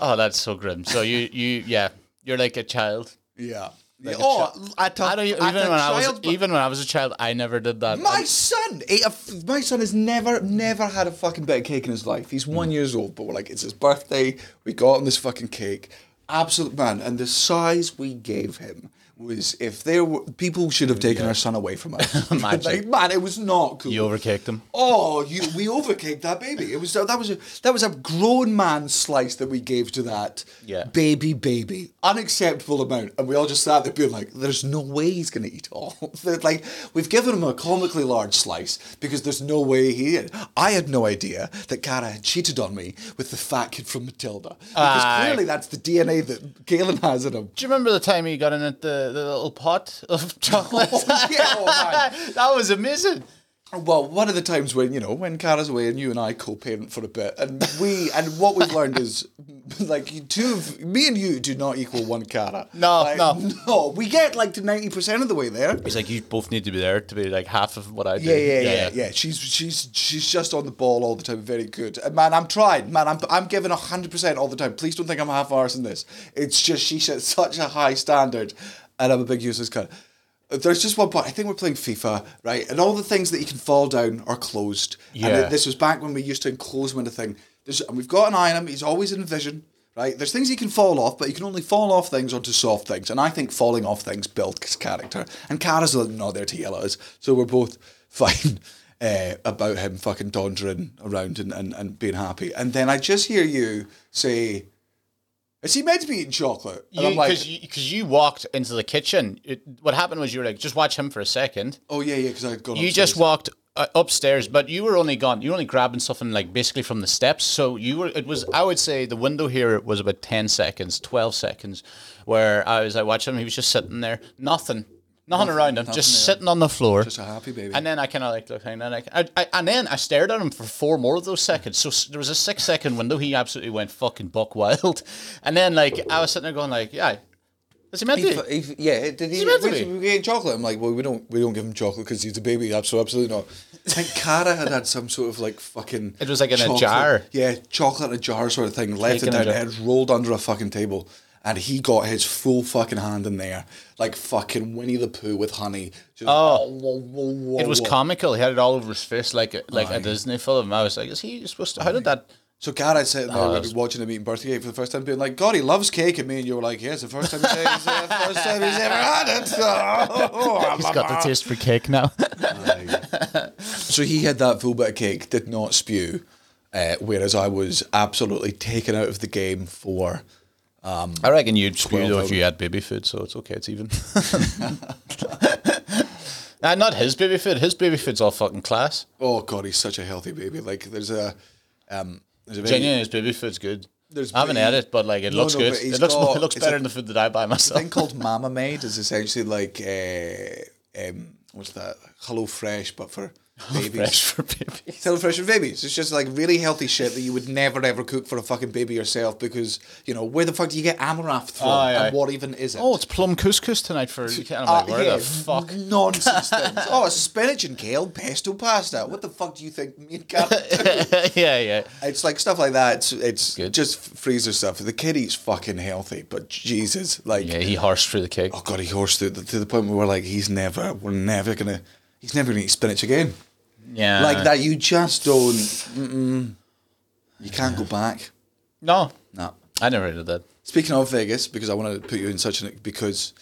[SPEAKER 5] Oh, that's so grim. So you, you, yeah, you're like a child.
[SPEAKER 4] yeah,
[SPEAKER 5] Like a
[SPEAKER 4] oh,
[SPEAKER 5] chi-
[SPEAKER 4] at a,
[SPEAKER 5] I don't e- even
[SPEAKER 4] at
[SPEAKER 5] when
[SPEAKER 4] a
[SPEAKER 5] I was
[SPEAKER 4] child's bir-
[SPEAKER 5] even when I was a child, I never did that.
[SPEAKER 4] My
[SPEAKER 5] And
[SPEAKER 4] son ate a f- my son has never never had a fucking bit of cake in his life. He's one years old, but we're like, it's his birthday. We got him this fucking cake. Absolute man, and the size we gave him was if there were people should have taken our son away from us.
[SPEAKER 5] Imagine.
[SPEAKER 4] like, man, it was not cool.
[SPEAKER 5] you overcaked them.
[SPEAKER 4] Oh, you, we overcaked that baby. It was that was a, that was a grown man slice that we gave to that
[SPEAKER 5] Yeah.
[SPEAKER 4] baby baby, unacceptable amount, and we all just sat there being like, "There's no way he's gonna eat all." They're like we've given him a comically large slice because there's no way he. Ate. I had no idea that Cara had cheated on me with the fat kid from Matilda because
[SPEAKER 5] Aye.
[SPEAKER 4] clearly that's the DNA that Galen has in him.
[SPEAKER 5] Do you remember the time you got in at the, the little pot of chocolate?
[SPEAKER 4] yeah, oh, man.
[SPEAKER 5] that was amazing.
[SPEAKER 4] Well, one of the times when you know when Cara's away and you and I co-parent for a bit, and we and what we've learned is like you two, of, me and you, do not equal one Cara.
[SPEAKER 5] No,
[SPEAKER 4] Like,
[SPEAKER 5] no.
[SPEAKER 4] no. We get like to ninety percent of the way there.
[SPEAKER 5] He's like, you both need to be there to be like half of what I do.
[SPEAKER 4] Yeah, yeah, yeah, yeah, She's she's she's just on the ball all the time. Very good, and man. I'm trying, man. I'm I'm giving hundred percent all the time. Please don't think I'm half arsed in this. It's just she sets such a high standard, and I'm a big useless cunt. There's just one point. I think we're playing FIFA, right? And all the things that you can fall down are closed. And
[SPEAKER 5] Yeah.
[SPEAKER 4] th- this was back when we used to enclose him in a thing. There's, and we've got an eye on him. He's always in vision, right? There's things he can fall off, but he can only fall off things onto soft things. And I think falling off things builds character. And Kara's not there to yell at us. So we're both fine uh, about him fucking dondering around and, and, and being happy. And then I just hear you say, Is he meant to be eating chocolate? And I'm like,
[SPEAKER 5] Because you, 'cause you walked into the kitchen. It, what happened was you were like, just watch him for a second.
[SPEAKER 4] Oh, yeah, yeah, because I'd gone
[SPEAKER 5] You
[SPEAKER 4] upstairs.
[SPEAKER 5] just walked uh, upstairs, but you were only gone. You were only grabbing something like basically from the steps. So you were. It was. I would say the window here was about ten seconds, twelve seconds, where I was. I watched him. He was just sitting there, nothing, nothing, around him, just sitting on the floor.
[SPEAKER 4] Just a happy baby.
[SPEAKER 5] and then I kind of like looked and I, I, I and then I stared at him for four more of those seconds. So s- there was a six second window. He absolutely went fucking buck wild, and then like I was sitting there going like, yeah, is he meant
[SPEAKER 4] He
[SPEAKER 5] to?
[SPEAKER 4] fu- he fu- yeah, did he?
[SPEAKER 5] he meant to
[SPEAKER 4] we-
[SPEAKER 5] be?
[SPEAKER 4] we gave him chocolate. I'm like, well, we don't, we don't give him chocolate because he's a baby. Ab- So absolutely not. I think Cara had had some sort of like fucking.
[SPEAKER 5] It was like in a
[SPEAKER 4] chocolate-
[SPEAKER 5] jar.
[SPEAKER 4] Yeah, chocolate in a jar sort of thing. Left
[SPEAKER 5] Cake
[SPEAKER 4] it
[SPEAKER 5] in a
[SPEAKER 4] down. It
[SPEAKER 5] jar.
[SPEAKER 4] had rolled under a fucking table, and he got his full fucking hand in there, like fucking Winnie the Pooh with honey. Just, oh, whoa, whoa, whoa,
[SPEAKER 5] It was
[SPEAKER 4] whoa.
[SPEAKER 5] comical. He had it all over his face, like a, like a Disney film. I was like, is he supposed to? How did that?
[SPEAKER 4] So Cara sitting there
[SPEAKER 5] Oh,
[SPEAKER 4] like,
[SPEAKER 5] that's-
[SPEAKER 4] watching him eating birthday cake for the first time, being like, "God, he loves cake," and me and you were like, "Yeah, it's the first time he's, uh, first time he's ever had it." Oh,
[SPEAKER 5] He's got the taste for cake now.
[SPEAKER 4] So he had that full bit of cake, did not spew, uh, whereas I was absolutely taken out of the game for.
[SPEAKER 5] I reckon you'd spew
[SPEAKER 4] Twelve
[SPEAKER 5] though
[SPEAKER 4] of
[SPEAKER 5] if you had baby food, so it's okay. It's even. Nah, not his baby food. His baby food's all fucking class.
[SPEAKER 4] Oh God, he's such a healthy baby. Like there's a, um, there's a very,
[SPEAKER 5] Genuinely, his baby food's good.
[SPEAKER 4] There's
[SPEAKER 5] I haven't
[SPEAKER 4] baby-
[SPEAKER 5] had it, but like it
[SPEAKER 4] No,
[SPEAKER 5] looks
[SPEAKER 4] no,
[SPEAKER 5] good.
[SPEAKER 4] but he's
[SPEAKER 5] It looks
[SPEAKER 4] got-
[SPEAKER 5] it looks
[SPEAKER 4] it's
[SPEAKER 5] better
[SPEAKER 4] a-
[SPEAKER 5] than the food that I buy myself.
[SPEAKER 4] thing called Mama Made is essentially like uh, um, what's that? Hello Fresh, but for
[SPEAKER 5] Fresh
[SPEAKER 4] babies.
[SPEAKER 5] for babies.
[SPEAKER 4] Hello Fresh for babies. It's just like really healthy shit that you would never ever cook for a fucking baby yourself because you know where the fuck do you get amaranth from
[SPEAKER 5] Aye, aye.
[SPEAKER 4] and what even is it?
[SPEAKER 5] Oh, it's plum couscous tonight for. And I'm
[SPEAKER 4] Uh,
[SPEAKER 5] like, where
[SPEAKER 4] yeah,
[SPEAKER 5] the fuck?
[SPEAKER 4] Nonsense things. Oh, it's spinach and kale, pesto pasta. What the fuck do you think me and Kat do?
[SPEAKER 5] yeah, yeah.
[SPEAKER 4] It's like stuff like that. It's, it's
[SPEAKER 5] Good.
[SPEAKER 4] just freezer stuff. The kid eats fucking healthy, but Jesus, like,
[SPEAKER 5] Yeah, he harshed through the cake.
[SPEAKER 4] oh God, he horsed through to the point where we're like, he's never, we're never going to, he's never going to eat spinach again.
[SPEAKER 5] Yeah,
[SPEAKER 4] like that, you just don't, mm-mm, you can't go back.
[SPEAKER 5] No,
[SPEAKER 4] No.
[SPEAKER 5] I never did that.
[SPEAKER 4] Speaking of Vegas, because I want to put you in such an, because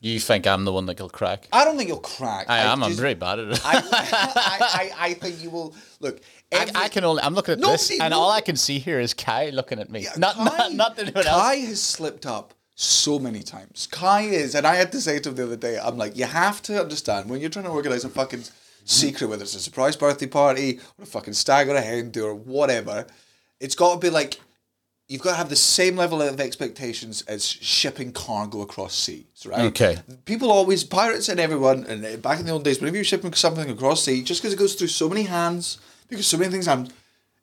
[SPEAKER 5] You think I'm the one that'll crack?
[SPEAKER 4] I don't think you'll crack.
[SPEAKER 5] I, am. I'm
[SPEAKER 4] just-
[SPEAKER 5] very bad at it.
[SPEAKER 4] I, I, I, I think you will look.
[SPEAKER 5] I, I can only. I'm looking at
[SPEAKER 4] No,
[SPEAKER 5] this,
[SPEAKER 4] see,
[SPEAKER 5] and
[SPEAKER 4] no.
[SPEAKER 5] all I can see here is Kai looking at me. not, not, not anyone
[SPEAKER 4] Kai
[SPEAKER 5] else.
[SPEAKER 4] has slipped up so many times. Kai is, and I had to say to him the other day, I'm like, you have to understand when you're trying to organize a fucking secret, whether it's a surprise birthday party or a fucking stag or a hen do or whatever, it's got to be like. You've got to have the same level of expectations as shipping cargo across seas, right?
[SPEAKER 5] Okay.
[SPEAKER 4] People always, pirates and everyone, and back in the old days, whenever you're shipping something across sea, just because it goes through so many hands, because so many things happen,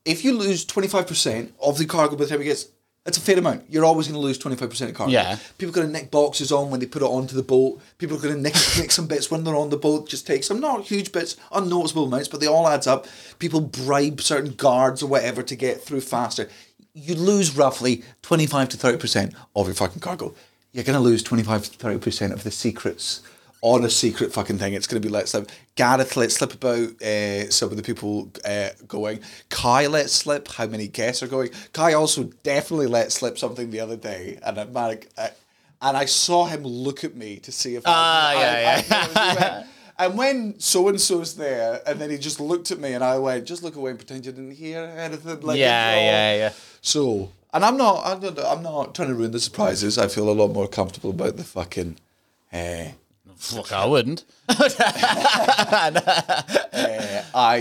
[SPEAKER 4] if you lose 25% of the cargo by the time it gets, that's a fair amount. You're always going to lose 25% of cargo.
[SPEAKER 5] Yeah.
[SPEAKER 4] People are going to nick boxes on when they put it onto the boat. People are going to nick, nick some bits when they're on the boat. Just take some, not huge bits, unnoticeable amounts, but they all adds up. People bribe certain guards or whatever to get through faster. You lose roughly 25 to 30% of your fucking cargo. You you're going to lose 25 to 30% of the secrets on a secret fucking thing. It's going to be let slip. Gareth let slip about uh, some of the people uh, going. Kai let slip how many guests are going. Kai also definitely let slip something the other day. And I'm like, uh, and I saw him look at me to see if
[SPEAKER 5] Ah,
[SPEAKER 4] I,
[SPEAKER 5] yeah,
[SPEAKER 4] I- I- and when so and so's there, and then he just looked at me, and I went, "Just look away and pretend you didn't hear anything." Like
[SPEAKER 5] Yeah,
[SPEAKER 4] it's all-
[SPEAKER 5] yeah, yeah.
[SPEAKER 4] So, and I'm not, I'm not, I'm not trying to ruin the surprises. I feel a lot more comfortable about the fucking. eh,
[SPEAKER 5] Fuck, I wouldn't.
[SPEAKER 4] eh, I,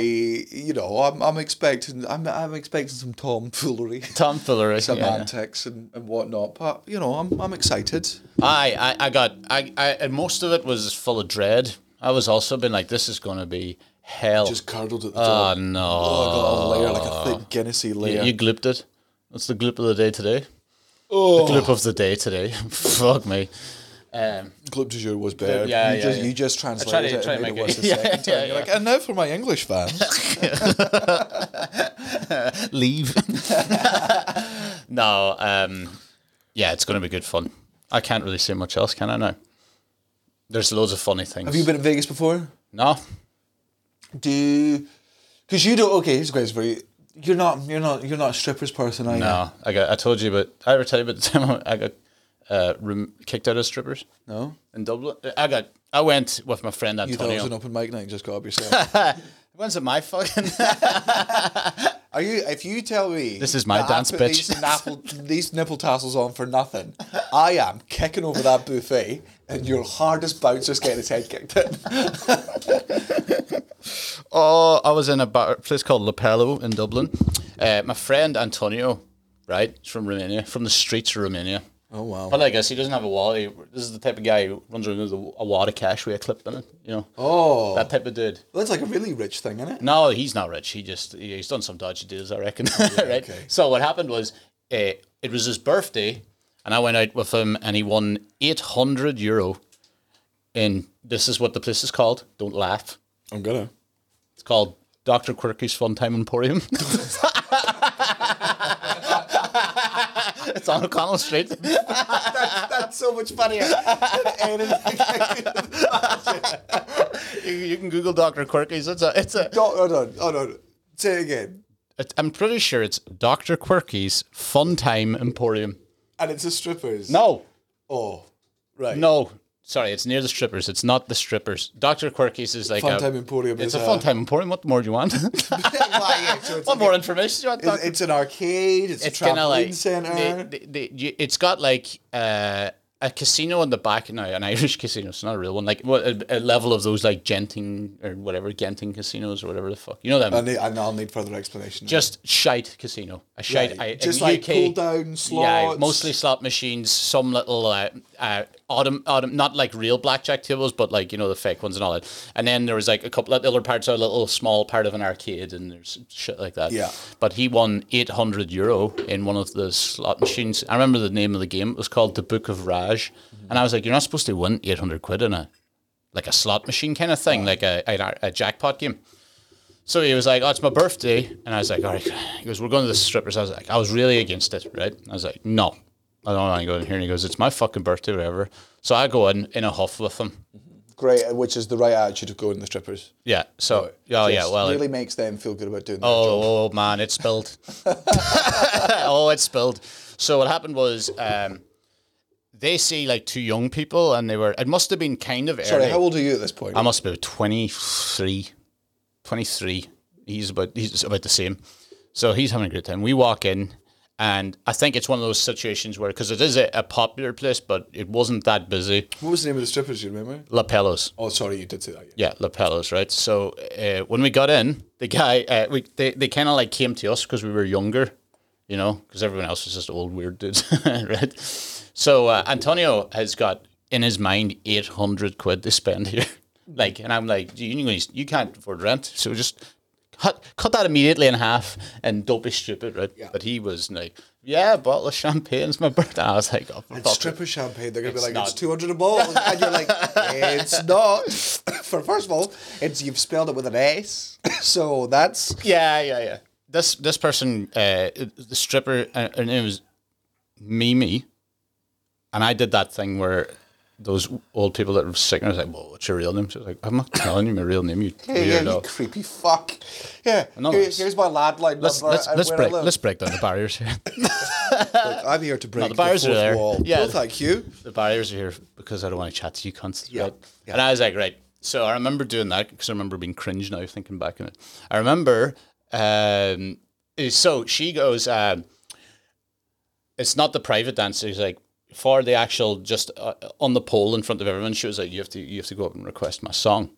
[SPEAKER 4] you know, I'm, I'm expecting, I'm, I'm expecting some tomfoolery,
[SPEAKER 5] Tomfoolery.
[SPEAKER 4] some
[SPEAKER 5] yeah.
[SPEAKER 4] antics and, and whatnot. But you know, I'm, I'm excited.
[SPEAKER 5] I, I, I got, I, I, and most of it was full of dread. I was also been like, this is going to be hell.
[SPEAKER 4] Just curdled at the
[SPEAKER 5] oh,
[SPEAKER 4] door.
[SPEAKER 5] no.
[SPEAKER 4] Oh, I got a layer like a thick Guinnessy
[SPEAKER 5] You,
[SPEAKER 4] layer.
[SPEAKER 5] you glooped it. That's the gloop of the day today.
[SPEAKER 4] Oh.
[SPEAKER 5] The gloop of the day today. Fuck me. Um,
[SPEAKER 4] Club du jour was better.
[SPEAKER 5] yeah,
[SPEAKER 4] you
[SPEAKER 5] yeah,
[SPEAKER 4] just
[SPEAKER 5] yeah.
[SPEAKER 4] you just translated
[SPEAKER 5] to-
[SPEAKER 4] it
[SPEAKER 5] try
[SPEAKER 4] and
[SPEAKER 5] to
[SPEAKER 4] made it
[SPEAKER 5] make
[SPEAKER 4] worse
[SPEAKER 5] it-
[SPEAKER 4] the
[SPEAKER 5] yeah,
[SPEAKER 4] second time.
[SPEAKER 5] yeah,
[SPEAKER 4] You're like, and now for my English fans.
[SPEAKER 5] leave. no. Um, yeah, it's going to be good fun. I can't really say much else, can I now? There's loads of funny things.
[SPEAKER 4] Have you been in Vegas before?
[SPEAKER 5] No.
[SPEAKER 4] Do because you don't. Okay, here's a question for you. You're not. You're not. You're not a strippers person. Are you?
[SPEAKER 5] No, I got. I told you, but I ever tell you about the time I got uh, room, kicked out of strippers
[SPEAKER 4] No.
[SPEAKER 5] in Dublin. I got. I went with my friend
[SPEAKER 4] You thought it was an
[SPEAKER 5] Antonio.
[SPEAKER 4] open mic night and just got up yourself.
[SPEAKER 5] When's it my fucking?
[SPEAKER 4] Are you? If you tell me
[SPEAKER 5] This is my
[SPEAKER 4] that I
[SPEAKER 5] dance,
[SPEAKER 4] put
[SPEAKER 5] bitch.
[SPEAKER 4] These nipple, these nipple tassels on for nothing. I am kicking over that buffet, and your hardest bouncer's getting his head kicked in.
[SPEAKER 5] oh, I was in a bar, place called Lapello in Dublin. Uh, my friend Antonio, right? He's from Romania, from the streets of Romania.
[SPEAKER 4] Oh wow.
[SPEAKER 5] But I guess he doesn't have a wallet. He- This is the type of guy who runs around with a, a wad of cash with a clip in it. You know.
[SPEAKER 4] Oh,
[SPEAKER 5] That type of dude.
[SPEAKER 4] that's like a really rich thing, isn't it?
[SPEAKER 5] No, he's not rich. He just he- he's done some dodgy deals, I reckon. right.
[SPEAKER 4] okay.
[SPEAKER 5] So what happened was, uh, it was his birthday, and I went out with him, and he won eight hundred euro. In this is what the place is called. Don't laugh.
[SPEAKER 4] I'm gonna.
[SPEAKER 5] It's called Doctor Quirky's Fun Time Emporium. it's on O'Connell Street.
[SPEAKER 4] That's so much funnier.
[SPEAKER 5] You, you can Google Doctor Quirky's. It's a it's a.
[SPEAKER 4] hold on, hold on. Say it again.
[SPEAKER 5] It, I'm pretty sure it's Doctor Quirky's Fun Time Emporium.
[SPEAKER 4] And it's a stripper's.
[SPEAKER 5] No,
[SPEAKER 4] Oh, right.
[SPEAKER 5] No, sorry, it's near the strippers. It's not the strippers. Doctor Quirky's is like
[SPEAKER 4] Fun
[SPEAKER 5] a,
[SPEAKER 4] time emporium.
[SPEAKER 5] It's
[SPEAKER 4] is uh,
[SPEAKER 5] a fun time emporium. What more do you want?
[SPEAKER 4] Why, yeah, so it's like
[SPEAKER 5] what more
[SPEAKER 4] a-
[SPEAKER 5] information do you want?
[SPEAKER 4] It's,
[SPEAKER 5] Dr.
[SPEAKER 4] it's an arcade. It's,
[SPEAKER 5] it's
[SPEAKER 4] a trampoline
[SPEAKER 5] kinda like
[SPEAKER 4] center.
[SPEAKER 5] the- the- the- you- it's got like uh, a casino in the back now, an Irish casino. It's not a real one. Like what a, a level of those like Genting or whatever Genting casinos or whatever the fuck you know them.
[SPEAKER 4] I need, and I'll need further explanation.
[SPEAKER 5] Mm-hmm. just shite casino, a shite.
[SPEAKER 4] Right.
[SPEAKER 5] I, in
[SPEAKER 4] Just
[SPEAKER 5] the
[SPEAKER 4] like
[SPEAKER 5] UK,
[SPEAKER 4] pull-down slots.
[SPEAKER 5] mostly slot machines. Some little uh, uh, autumn, autumn, not like real blackjack tables, but like you know the fake ones and all that. And then there was like a couple of other parts, a little small part of an arcade, and there's shit like that.
[SPEAKER 4] Yeah.
[SPEAKER 5] But he won eight hundred euro in one of the slot machines. I remember the name of the game. It was called the Book of Raj,
[SPEAKER 4] Mm-hmm.
[SPEAKER 5] and I was like, you're not supposed to win eight hundred quid in a like a slot machine kind of thing, like a, a a jackpot game. So he was like, "Oh, it's my birthday," and I was like, "All right." He goes, "We're going to the strippers." I was like, "I was really against it, right?" I was like, "No, I don't want to go in here." And he goes, "It's my fucking birthday, whatever." So I go in in a huff with him.
[SPEAKER 4] great, which is the right attitude to go in the strippers.
[SPEAKER 5] Yeah. So oh yeah,
[SPEAKER 4] Just
[SPEAKER 5] well,
[SPEAKER 4] really makes them feel good about doing their job.
[SPEAKER 5] Oh, oh man, it spilled. oh, it spilled. So what happened was um, they see like two young people, and they were. It must have been kind of early.
[SPEAKER 4] Sorry, how old are you at this point?
[SPEAKER 5] I must be about 23. 23. He's about he's about the same. So he's having a great time. We walk in, and I think it's one of those situations where because it is a, a popular place, but it wasn't that busy.
[SPEAKER 4] what was the name of the strippers? Do you remember?
[SPEAKER 5] Lapellos.
[SPEAKER 4] Oh, sorry, you did say that. Yeah.
[SPEAKER 5] Yeah, lapellos, right? So uh, when we got in, the guy, uh, we they, they kind of like came to us because we were younger, you know, because everyone else was just old weird dudes, right? So uh, Antonio has got in his mind eight hundred quid to spend here, like, and I'm like, you you you can't afford rent, so just cut cut that immediately in half and don't be stupid, right? But he was like, yeah, a bottle of champagne's my birthday. I was like, oh,
[SPEAKER 4] And
[SPEAKER 5] fuck it.
[SPEAKER 4] stripper champagne, they're gonna
[SPEAKER 5] It's
[SPEAKER 4] be like, it's
[SPEAKER 5] not.
[SPEAKER 4] two hundred a bottle, and you're like, it's not. For first of all, it's you've spelled it with an S, so that's
[SPEAKER 5] Yeah, yeah, yeah. This this person, uh, the stripper, uh, her name was Mimi, And I did that thing where those old people that were sick, and I was like, "Whoa, what's your real name?" She was like, "I'm not telling you my real name, you
[SPEAKER 4] yeah, you
[SPEAKER 5] weirdo."
[SPEAKER 4] creepy fuck. Yeah,
[SPEAKER 5] know
[SPEAKER 4] here-
[SPEAKER 5] it's-
[SPEAKER 4] here's my landline
[SPEAKER 5] Let's
[SPEAKER 4] number.
[SPEAKER 5] let's
[SPEAKER 4] and
[SPEAKER 5] let's
[SPEAKER 4] where I
[SPEAKER 5] break
[SPEAKER 4] live.
[SPEAKER 5] let's break down the barriers here.
[SPEAKER 4] I'm here to break
[SPEAKER 5] the bars
[SPEAKER 4] the
[SPEAKER 5] are
[SPEAKER 4] fourth
[SPEAKER 5] there.
[SPEAKER 4] wall.
[SPEAKER 5] Yeah.
[SPEAKER 4] No, thank you.
[SPEAKER 5] the barriers are here because I don't want to chat to you constantly.
[SPEAKER 4] Yeah,
[SPEAKER 5] right?
[SPEAKER 4] yeah.
[SPEAKER 5] And I was like, right. So I remember doing that because I remember being cringe now thinking back on it. I remember. Um, so she goes, um, it's not the private dance. She's like, for the actual, just uh, on the pole in front of everyone. She was like, you have to, you have to go up and request my song,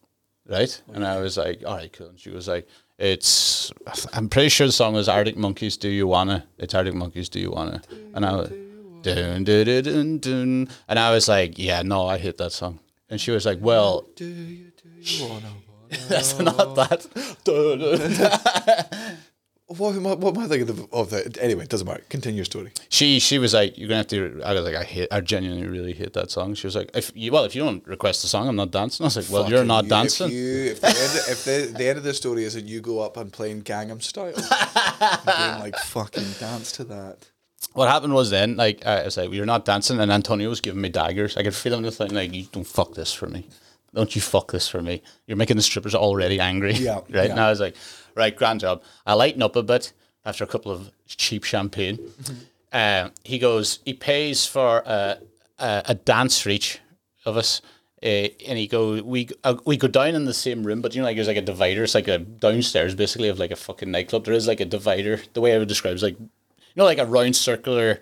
[SPEAKER 5] right? And I was like, all right, cool. And she was like, it's, I'm pretty sure the song was Arctic Monkeys. Do you wanna? It's Arctic Monkeys. Do you wanna? And I was, dun, dun, dun, dun, dun. and I was like, yeah, no, I hate that song. And she was like, well, that's not that. Dun, dun, dun.
[SPEAKER 4] What am I, what am I thinking of, of that? Anyway, it doesn't matter. Continue your story.
[SPEAKER 5] she she was like, "You're gonna have to." I was like, "I hate. I genuinely really hate that song." She was like, "If you well, if you don't request the song, I'm not dancing." I was like, "Well, you're
[SPEAKER 4] Fucking
[SPEAKER 5] not
[SPEAKER 4] you,
[SPEAKER 5] dancing."
[SPEAKER 4] If, you, if, the, end, if the, the end of the story is that you go up and playing Gangnam Style, and doing like fucking dance to that.
[SPEAKER 5] What happened was then, like, I was like, "You're not dancing," and Antonio was giving me daggers. I could feel him in the thing, like, "You don't fuck this for me. Don't you fuck this for me. You're making the strippers already angry."
[SPEAKER 4] Yeah,
[SPEAKER 5] right.
[SPEAKER 4] yeah.
[SPEAKER 5] And I was like, "Right, grand job." I lighten up a bit after a couple of cheap champagne.
[SPEAKER 4] Mm-hmm.
[SPEAKER 5] Uh, he goes, he pays for a, a, a dance for each of us. Uh, and he go, we uh, we go down in the same room, but you know, like there's like a divider. It's like a downstairs, basically, of like a fucking nightclub. There is like a divider. The way I would describe it is like, you know, like a round circular,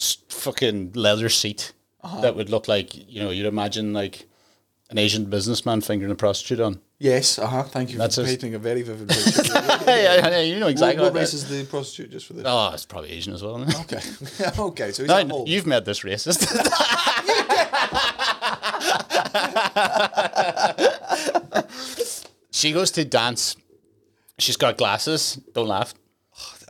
[SPEAKER 5] s- fucking leather seat that would look like you know you'd imagine like an Asian businessman fingering a prostitute on.
[SPEAKER 4] Yes, uh huh. Thank you
[SPEAKER 5] That's
[SPEAKER 4] for
[SPEAKER 5] us.
[SPEAKER 4] painting a very vivid picture. What-
[SPEAKER 5] Yeah, yeah, yeah, you know exactly.
[SPEAKER 4] what
[SPEAKER 5] what
[SPEAKER 4] race is
[SPEAKER 5] that-
[SPEAKER 4] the prostitute just for this?
[SPEAKER 5] Oh, it's probably Asian as well. Isn't it?
[SPEAKER 4] Okay, okay. So he's
[SPEAKER 5] No,
[SPEAKER 4] a whole.
[SPEAKER 5] you've met this racist. she goes to dance. She's got glasses. Don't laugh.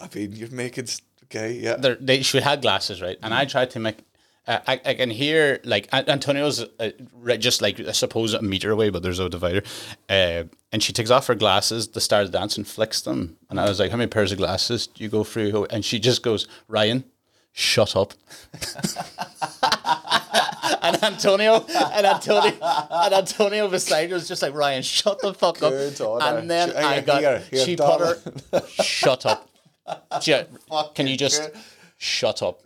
[SPEAKER 4] I mean, you're making. s- Okay, yeah.
[SPEAKER 5] They're, they she had glasses, right? And
[SPEAKER 4] Mm.
[SPEAKER 5] I tried to make. Uh, I, I can hear like An- Antonio's uh, right- just like I suppose a meter away, but there's no divider. Uh, and she takes off her glasses, the start of the dance, and flicks them. And I was like, "How many pairs of glasses do you go through?" And she just goes, "Ryan, shut up." and Antonio and Antonio and Antonio beside her was just like Ryan, shut the fuck
[SPEAKER 4] Good
[SPEAKER 5] up.
[SPEAKER 4] order.
[SPEAKER 5] And then
[SPEAKER 4] Sh-
[SPEAKER 5] I
[SPEAKER 4] here,
[SPEAKER 5] got
[SPEAKER 4] here, here,
[SPEAKER 5] she put
[SPEAKER 4] darling.
[SPEAKER 5] her shut up. Ju- Can you just
[SPEAKER 4] good.
[SPEAKER 5] shut up?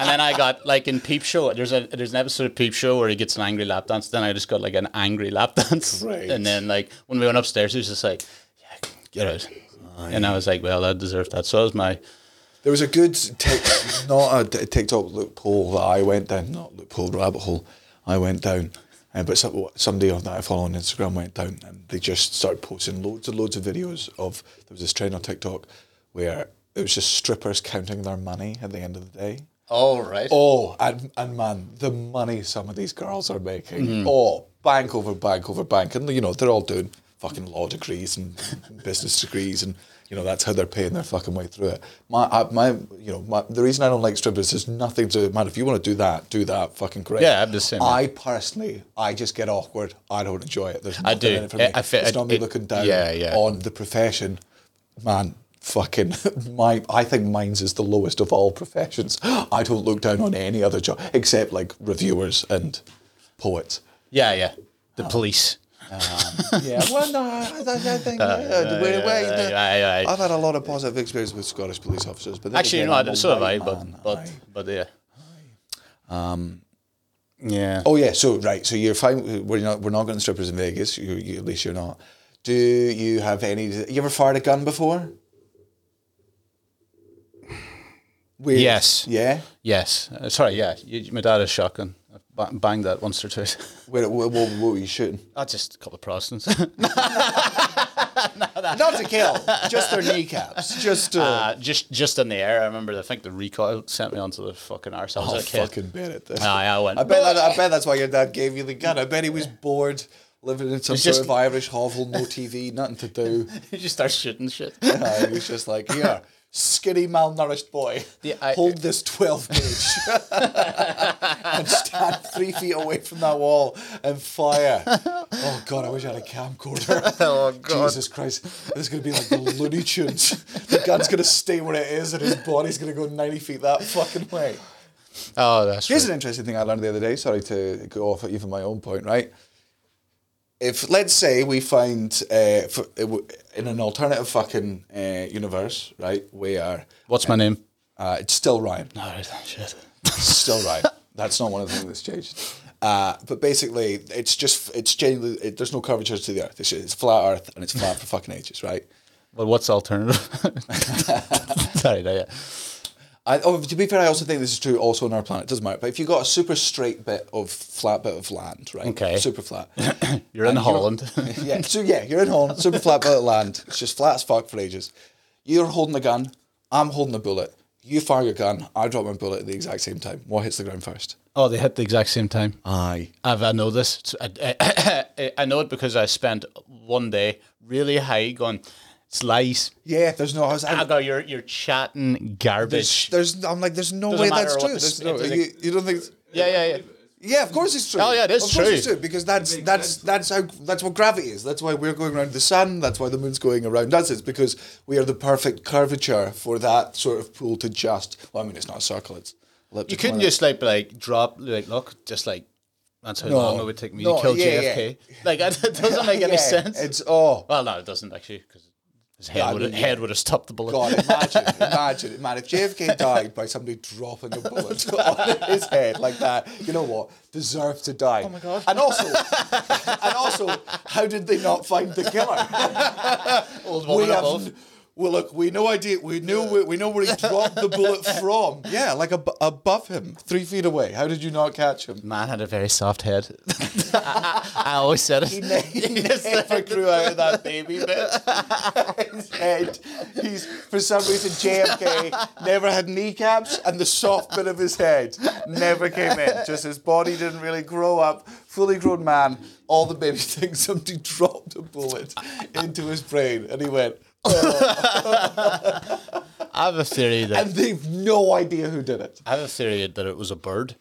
[SPEAKER 5] and then I got like in Peep Show. There's a there's an episode of Peep Show where he gets an angry lap dance. Then I just got like an angry lap dance.
[SPEAKER 4] Right.
[SPEAKER 5] And then like when we went upstairs, he was just like, yeah, get out. and I was like, well, I deserve that. So that was my
[SPEAKER 4] There was a good tic- not a t- TikTok loophole that I went down, not loophole rabbit hole. I went down, uh, but some, somebody that I follow on Instagram went down, and they just started posting loads and loads of videos of. There was this trend on TikTok where it was just strippers counting their money at the end of the day.
[SPEAKER 5] all right.
[SPEAKER 4] Oh, and, and man, the money some of these girls are making.
[SPEAKER 5] Mm-hmm.
[SPEAKER 4] Oh, bank over bank over bank. And, you know, they're all doing fucking law degrees and business degrees. And, you know, that's how they're paying their fucking way through it. My, I, my you know, my, the reason I don't like strippers is nothing to, man, if you want to do that, do that. Fucking great.
[SPEAKER 5] Yeah, I'm the same, man.
[SPEAKER 4] I personally, I just get awkward. I don't enjoy it. There's
[SPEAKER 5] I
[SPEAKER 4] nothing
[SPEAKER 5] do.
[SPEAKER 4] In it for
[SPEAKER 5] I-
[SPEAKER 4] me.
[SPEAKER 5] I feel-
[SPEAKER 4] it's not me
[SPEAKER 5] it-
[SPEAKER 4] looking down
[SPEAKER 5] yeah, yeah.
[SPEAKER 4] on the profession, man. Fucking my, I think mine's is the lowest of all professions. I don't look down on any other job except like reviewers and poets.
[SPEAKER 5] Yeah, yeah. The
[SPEAKER 4] Ah.
[SPEAKER 5] police.
[SPEAKER 4] Yeah, well, no, I, I I think Uh, yeah,
[SPEAKER 5] yeah,
[SPEAKER 4] wait, wait,
[SPEAKER 5] yeah,
[SPEAKER 4] no.
[SPEAKER 5] yeah, yeah.
[SPEAKER 4] I've had a lot of positive experience with Scottish police officers, but then
[SPEAKER 5] Actually,
[SPEAKER 4] again,
[SPEAKER 5] no,
[SPEAKER 4] I'm
[SPEAKER 5] I-
[SPEAKER 4] a
[SPEAKER 5] so have
[SPEAKER 4] white
[SPEAKER 5] I, but
[SPEAKER 4] man,
[SPEAKER 5] but
[SPEAKER 4] aye.
[SPEAKER 5] but yeah. Um. Yeah.
[SPEAKER 4] Oh yeah, so right, so you're fine. We're not we're not going to strippers in Vegas. You, you, at least you're not. Do you have any? You ever fired a gun before? Weird.
[SPEAKER 5] Yes.
[SPEAKER 4] Yeah.
[SPEAKER 5] Yes. Uh, sorry. Yeah. You, my dad is shotgun. I ba- banged that once or twice.
[SPEAKER 4] Where, where, what, what were you shooting?
[SPEAKER 5] I just a couple of Protestants.
[SPEAKER 4] Not to kill, just their kneecaps. Just to
[SPEAKER 5] uh, just just in the air. I remember. I think the recoil sent me onto the fucking arse. I was
[SPEAKER 4] I'll
[SPEAKER 5] a kid.
[SPEAKER 4] Oh, fucking bet it.
[SPEAKER 5] Aye, I went.
[SPEAKER 4] I bet that. I bet that's why your dad gave you the gun. I bet he was bored living in some
[SPEAKER 5] It's
[SPEAKER 4] sort
[SPEAKER 5] just-
[SPEAKER 4] of Irish hovel, no TV, nothing to do.
[SPEAKER 5] you just start shooting shit.
[SPEAKER 4] Uh, he was just like, here, skinny, malnourished boy,
[SPEAKER 5] The- I-
[SPEAKER 4] hold this 12 gauge and stand three feet away from that wall and fire. Oh, God, I wish I had a camcorder.
[SPEAKER 5] Oh, God.
[SPEAKER 4] Jesus Christ. This is going to be like the Looney Tunes. The gun's going to stay where it is and his body's going to go 90 feet that fucking way.
[SPEAKER 5] Oh, that's
[SPEAKER 4] Here's
[SPEAKER 5] right.
[SPEAKER 4] an interesting thing I learned the other day. Sorry to go off at even my own point, right? If let's say we find uh, f- it w- in an alternative fucking uh, universe, right, where
[SPEAKER 5] What's my name?
[SPEAKER 4] uh, it's still Ryan,
[SPEAKER 5] No, right, shit.
[SPEAKER 4] still Ryan. That's not one of the things that's changed. Uh, but basically, it's just it's genuinely it, there's no curvature to the Earth. It's, it's flat Earth and it's flat for fucking ages, right?
[SPEAKER 5] Well, what's the alternative? Sorry, no, yeah.
[SPEAKER 4] I, oh, to be fair, I also think this is true also on our planet. It doesn't matter. But if you've got a super straight bit of flat bit of land, right?
[SPEAKER 5] Okay.
[SPEAKER 4] Super flat.
[SPEAKER 5] You're in
[SPEAKER 4] And
[SPEAKER 5] Holland.
[SPEAKER 4] yeah, so yeah, you're in Holland, super flat bit of land. It's just flat as fuck for ages. You're holding a gun, I'm holding a bullet. You fire your gun, I drop my bullet at the exact same time. What hits the ground first?
[SPEAKER 5] oh, they hit the exact same time.
[SPEAKER 4] Aye.
[SPEAKER 5] I've, I know this. It's- I, I, I know it because I spent one day really high going, it's lies.
[SPEAKER 4] Yeah, there's no. I was, I,
[SPEAKER 5] Ago, you're, you're chatting
[SPEAKER 4] there's,
[SPEAKER 5] garbage.
[SPEAKER 4] there's, I'm like, there's no
[SPEAKER 5] Doesn't
[SPEAKER 4] way
[SPEAKER 5] matter
[SPEAKER 4] that's
[SPEAKER 5] what
[SPEAKER 4] true.
[SPEAKER 5] the
[SPEAKER 4] There's
[SPEAKER 5] spin-
[SPEAKER 4] no,
[SPEAKER 5] it
[SPEAKER 4] you, you don't think?
[SPEAKER 5] Yeah, yeah, yeah.
[SPEAKER 4] Yeah, of course it's true.
[SPEAKER 5] Oh, yeah, it is
[SPEAKER 4] Of course
[SPEAKER 5] true.
[SPEAKER 4] it's true because that's that's that's how that's what gravity is. That's why we're going around the sun. That's why the moon's going around us. It's because we are the perfect curvature for that sort of pool to just. Well, I mean, it's not a circle. It's
[SPEAKER 5] You couldn't just like be like drop like look just like that's how
[SPEAKER 4] No.
[SPEAKER 5] long it would take me
[SPEAKER 4] No,
[SPEAKER 5] to kill
[SPEAKER 4] yeah,
[SPEAKER 5] JFK. Like it doesn't make any
[SPEAKER 4] Yeah,
[SPEAKER 5] sense.
[SPEAKER 4] It's oh
[SPEAKER 5] well, no, it doesn't actually because his head
[SPEAKER 4] I
[SPEAKER 5] would
[SPEAKER 4] mean, yeah.
[SPEAKER 5] head would have stopped the bullet.
[SPEAKER 4] god! Imagine, imagine, it, man. If JFK died by somebody dropping a bullet on his head like that, you know what? Deserved to die. Oh my god! And also, and also, how did they not find the killer?
[SPEAKER 5] Old
[SPEAKER 4] we
[SPEAKER 5] woman
[SPEAKER 4] have,
[SPEAKER 5] above.
[SPEAKER 4] well, look, we no idea. We knew where, we know where he dropped the bullet from. Yeah, like ab- above him, three feet away. How did you not catch him?
[SPEAKER 5] Man had a very soft head. I, I- I always said it. He, just
[SPEAKER 4] never grew out of that baby bit. His head. He's for some reason JFK never had kneecaps, and the soft bit of his head never came in. Just his body didn't really grow up. Fully grown man, all the baby things. Somebody dropped a bullet into his brain, and he went.
[SPEAKER 5] I have a theory that
[SPEAKER 4] And they've no idea who did it.
[SPEAKER 5] I have a theory that it was a bird.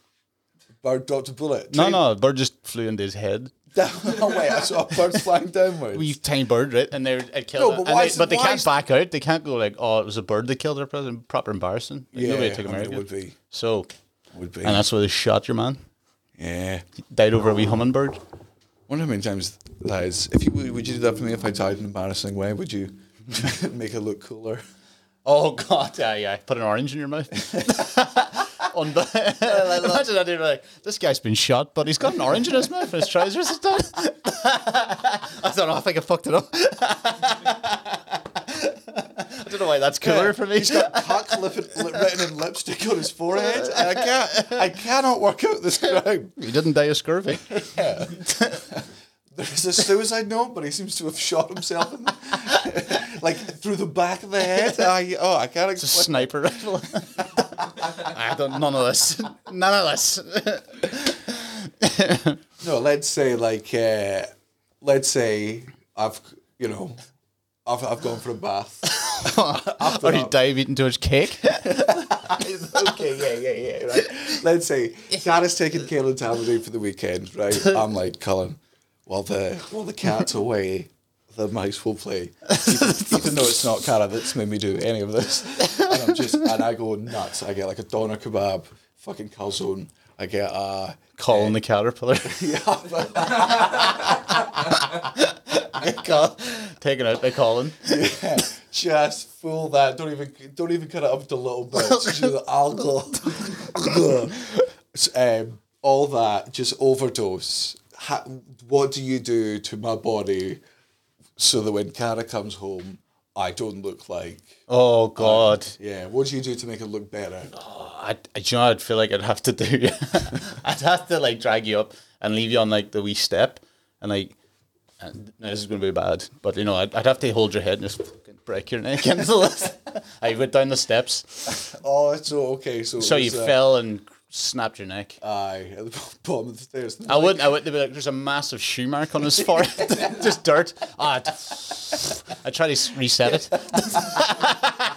[SPEAKER 4] Bird dropped a bullet.
[SPEAKER 5] No, no, a bird just flew into his head.
[SPEAKER 4] down. Oh wait, I saw a bird flying downwards.
[SPEAKER 5] Wee tiny bird, right? And they it
[SPEAKER 4] No,
[SPEAKER 5] killed. it.
[SPEAKER 4] but
[SPEAKER 5] And
[SPEAKER 4] why
[SPEAKER 5] they-
[SPEAKER 4] is it-
[SPEAKER 5] but they
[SPEAKER 4] why
[SPEAKER 5] can't
[SPEAKER 4] is-
[SPEAKER 5] back out. They can't go like, oh, it was a bird that killed our president. Proper embarrassing. Like, nobody
[SPEAKER 4] Yeah,
[SPEAKER 5] took
[SPEAKER 4] I mean, it would
[SPEAKER 5] America.
[SPEAKER 4] be.
[SPEAKER 5] So,
[SPEAKER 4] Would be.
[SPEAKER 5] and that's why they shot your man.
[SPEAKER 4] yeah.
[SPEAKER 5] Died over a wee hummingbird.
[SPEAKER 4] Wonder how many times that is. If you would would you do that for me if I died in an embarrassing way? Would you make it look cooler?
[SPEAKER 5] Oh God! Yeah, yeah. Put an orange in your mouth. On the, imagine that dude like this guy's been shot, but he's got an orange in his mouth and his trousers is down. I don't know. I think I fucked it up. I don't know why that's cooler for me.
[SPEAKER 4] He's got cock lip, lip, written in lipstick on his forehead. And I can't. I cannot work out this crime.
[SPEAKER 5] He didn't die of scurvy.
[SPEAKER 4] There's a suicide note, but he seems to have shot himself in the, like through the back of the head. I, oh, I can't
[SPEAKER 5] It's a
[SPEAKER 4] explain.
[SPEAKER 5] sniper rifle. I don't. None of this. None of this.
[SPEAKER 4] No, let's say like uh, let's say I've you know I've I've gone for a bath.
[SPEAKER 5] Or you die of eating too much cake.
[SPEAKER 4] okay, yeah, yeah, yeah. Right. Let's say Kara's taking Caitlin to Aberdeen for the weekend, right? I'm like Colin. While the while the cat's away, the mice will play. Even, even though it's not Cara that's made me do any of this, and I'm just and I go nuts. I get like a doner kebab, fucking calzone. I get a
[SPEAKER 5] Colin the caterpillar. Col- Taking out the Colin.
[SPEAKER 4] Yeah, just fool that. Don't even don't even cut it up a little bit. Just do the alcohol. um, all that just overdose. Ha- what do you do to my body so that when Cara comes home, I don't look like?
[SPEAKER 5] Oh God.
[SPEAKER 4] Yeah, what do you do to make it look better?
[SPEAKER 5] I, I, do you know, I'd feel like I'd have to do. I'd have to like drag you up and leave you on like the wee step, and like, and, no, this is gonna be bad. But you know, I'd, I'd have to hold your head and just fucking break your neck into this. I went down the steps,
[SPEAKER 4] Oh, it's so okay. So
[SPEAKER 5] so you fell and snapped your neck.
[SPEAKER 4] Aye, at the bottom of the stairs.
[SPEAKER 5] I wouldn't. I wouldn't be like. There's a massive shoe mark on his forehead, just dirt. Ah, I try to s- reset it.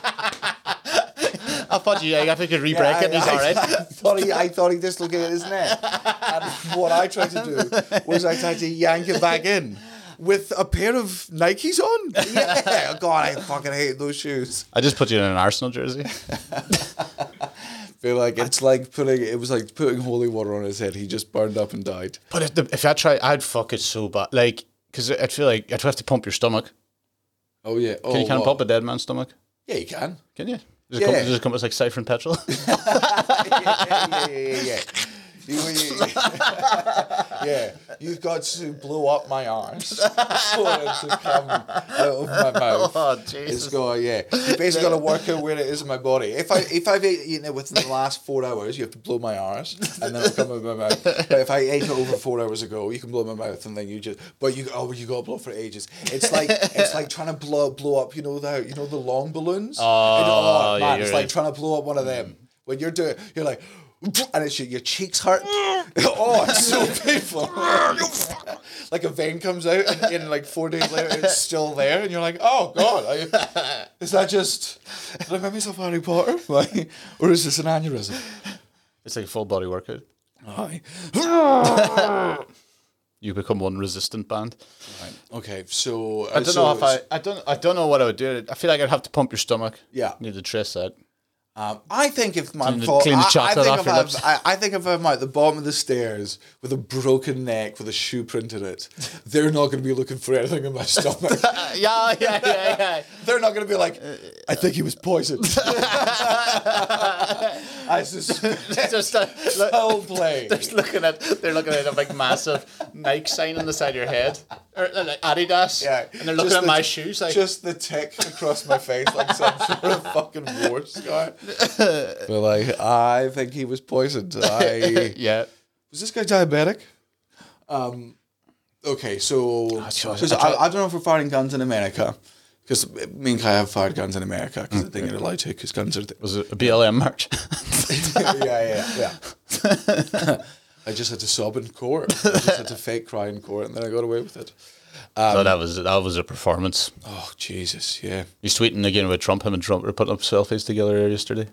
[SPEAKER 5] I thought you. I think you could re-break
[SPEAKER 4] Yeah,
[SPEAKER 5] it. and He's
[SPEAKER 4] I,
[SPEAKER 5] all
[SPEAKER 4] I,
[SPEAKER 5] right.
[SPEAKER 4] I thought he, I thought he dislocated his neck. And what I tried to do was I tried to yank it back in with a pair of Nikes on. Yeah, God, I fucking hate those shoes.
[SPEAKER 5] I just put you in an Arsenal jersey.
[SPEAKER 4] Be like it's like putting it was like putting holy water on his head. He just burned up and died.
[SPEAKER 5] But if, the, if I try, I'd fuck it so bad. Like, because I'd feel like I'd have to pump your stomach.
[SPEAKER 4] Oh yeah. Oh,
[SPEAKER 5] Can you kind of
[SPEAKER 4] wow.
[SPEAKER 5] pump a dead man's stomach?
[SPEAKER 4] Yeah, you can.
[SPEAKER 5] Can you? Does it
[SPEAKER 4] Yeah,
[SPEAKER 5] come,
[SPEAKER 4] yeah.
[SPEAKER 5] does it come as like siphon petrol?
[SPEAKER 4] yeah, yeah, yeah, yeah. You, you, yeah, you've got to blow up my arms for it to come out of my mouth.
[SPEAKER 5] Oh,
[SPEAKER 4] It's
[SPEAKER 5] Jesus.
[SPEAKER 4] got yeah. You basically got to work out where it is in my body. If I if I've ate- eaten it within the last four hours, you have to blow my arse, and then it'll come out of my mouth. But if I ate it over four hours ago, you can blow my mouth, and then you just but you oh you got to blow for ages. It's like it's like trying to blow blow up. You know the you know the long balloons. Oh,
[SPEAKER 5] yeah,
[SPEAKER 4] man,
[SPEAKER 5] you're
[SPEAKER 4] it's
[SPEAKER 5] right. Mm.
[SPEAKER 4] like trying to blow up one of them. When you're doing, you're like. And it's your, your cheeks hurt. oh, it's so painful. like a vein comes out, and, and like four days later, it's still there, and you're like, "Oh God, I, is that just did I make myself Harry Potter? Like, or is this an aneurysm?"
[SPEAKER 5] it's like a full body workout. Oh.
[SPEAKER 4] Aye.
[SPEAKER 5] You become one resistant band.
[SPEAKER 4] Okay, so
[SPEAKER 5] I don't know if I. I don't. I don't know what I would do. I feel like I'd have to pump your stomach.
[SPEAKER 4] Yeah.
[SPEAKER 5] need to trace that.
[SPEAKER 4] Um, I think if my
[SPEAKER 5] the-
[SPEAKER 4] fault,
[SPEAKER 5] clean the
[SPEAKER 4] I- I,
[SPEAKER 5] chocolate
[SPEAKER 4] think
[SPEAKER 5] off
[SPEAKER 4] if
[SPEAKER 5] your
[SPEAKER 4] I'm-
[SPEAKER 5] lips.
[SPEAKER 4] I, I think if I'm at the bottom of the stairs with a broken neck with a shoe print in it, they're not going to be looking for anything in my stomach.
[SPEAKER 5] Uh, yeah, yeah, yeah, yeah.
[SPEAKER 4] They're not going to be like, I think he was poisoned. I suspect
[SPEAKER 5] just uh, look,
[SPEAKER 4] foul play.
[SPEAKER 5] just looking at they're looking at a big massive Nike sign on the side of your head or uh, like Adidas.
[SPEAKER 4] Yeah,
[SPEAKER 5] and they're looking
[SPEAKER 4] just
[SPEAKER 5] at
[SPEAKER 4] the-
[SPEAKER 5] my shoes like.
[SPEAKER 4] Just the tick across my face like some sort of fucking war scar. But like, I think he was poisoned. I
[SPEAKER 5] yeah.
[SPEAKER 4] was this guy diabetic? Um, okay, so,
[SPEAKER 5] Ah, sure, I-
[SPEAKER 4] 'cause
[SPEAKER 5] I
[SPEAKER 4] I,
[SPEAKER 5] tried-
[SPEAKER 4] I, don't know if we're firing guns in America because me and Kai have fired guns in America because I think you're allowed to because guns are. Th-
[SPEAKER 5] Was it a BLM march?
[SPEAKER 4] yeah, yeah, yeah. I just had to sob in court. I just had to fake cry in court, and then I got away with it. Um,
[SPEAKER 5] no, that was that was a performance.
[SPEAKER 4] Oh Jesus, yeah,
[SPEAKER 5] He's tweeting again with Trump. Him and Trump were putting up selfies together yesterday.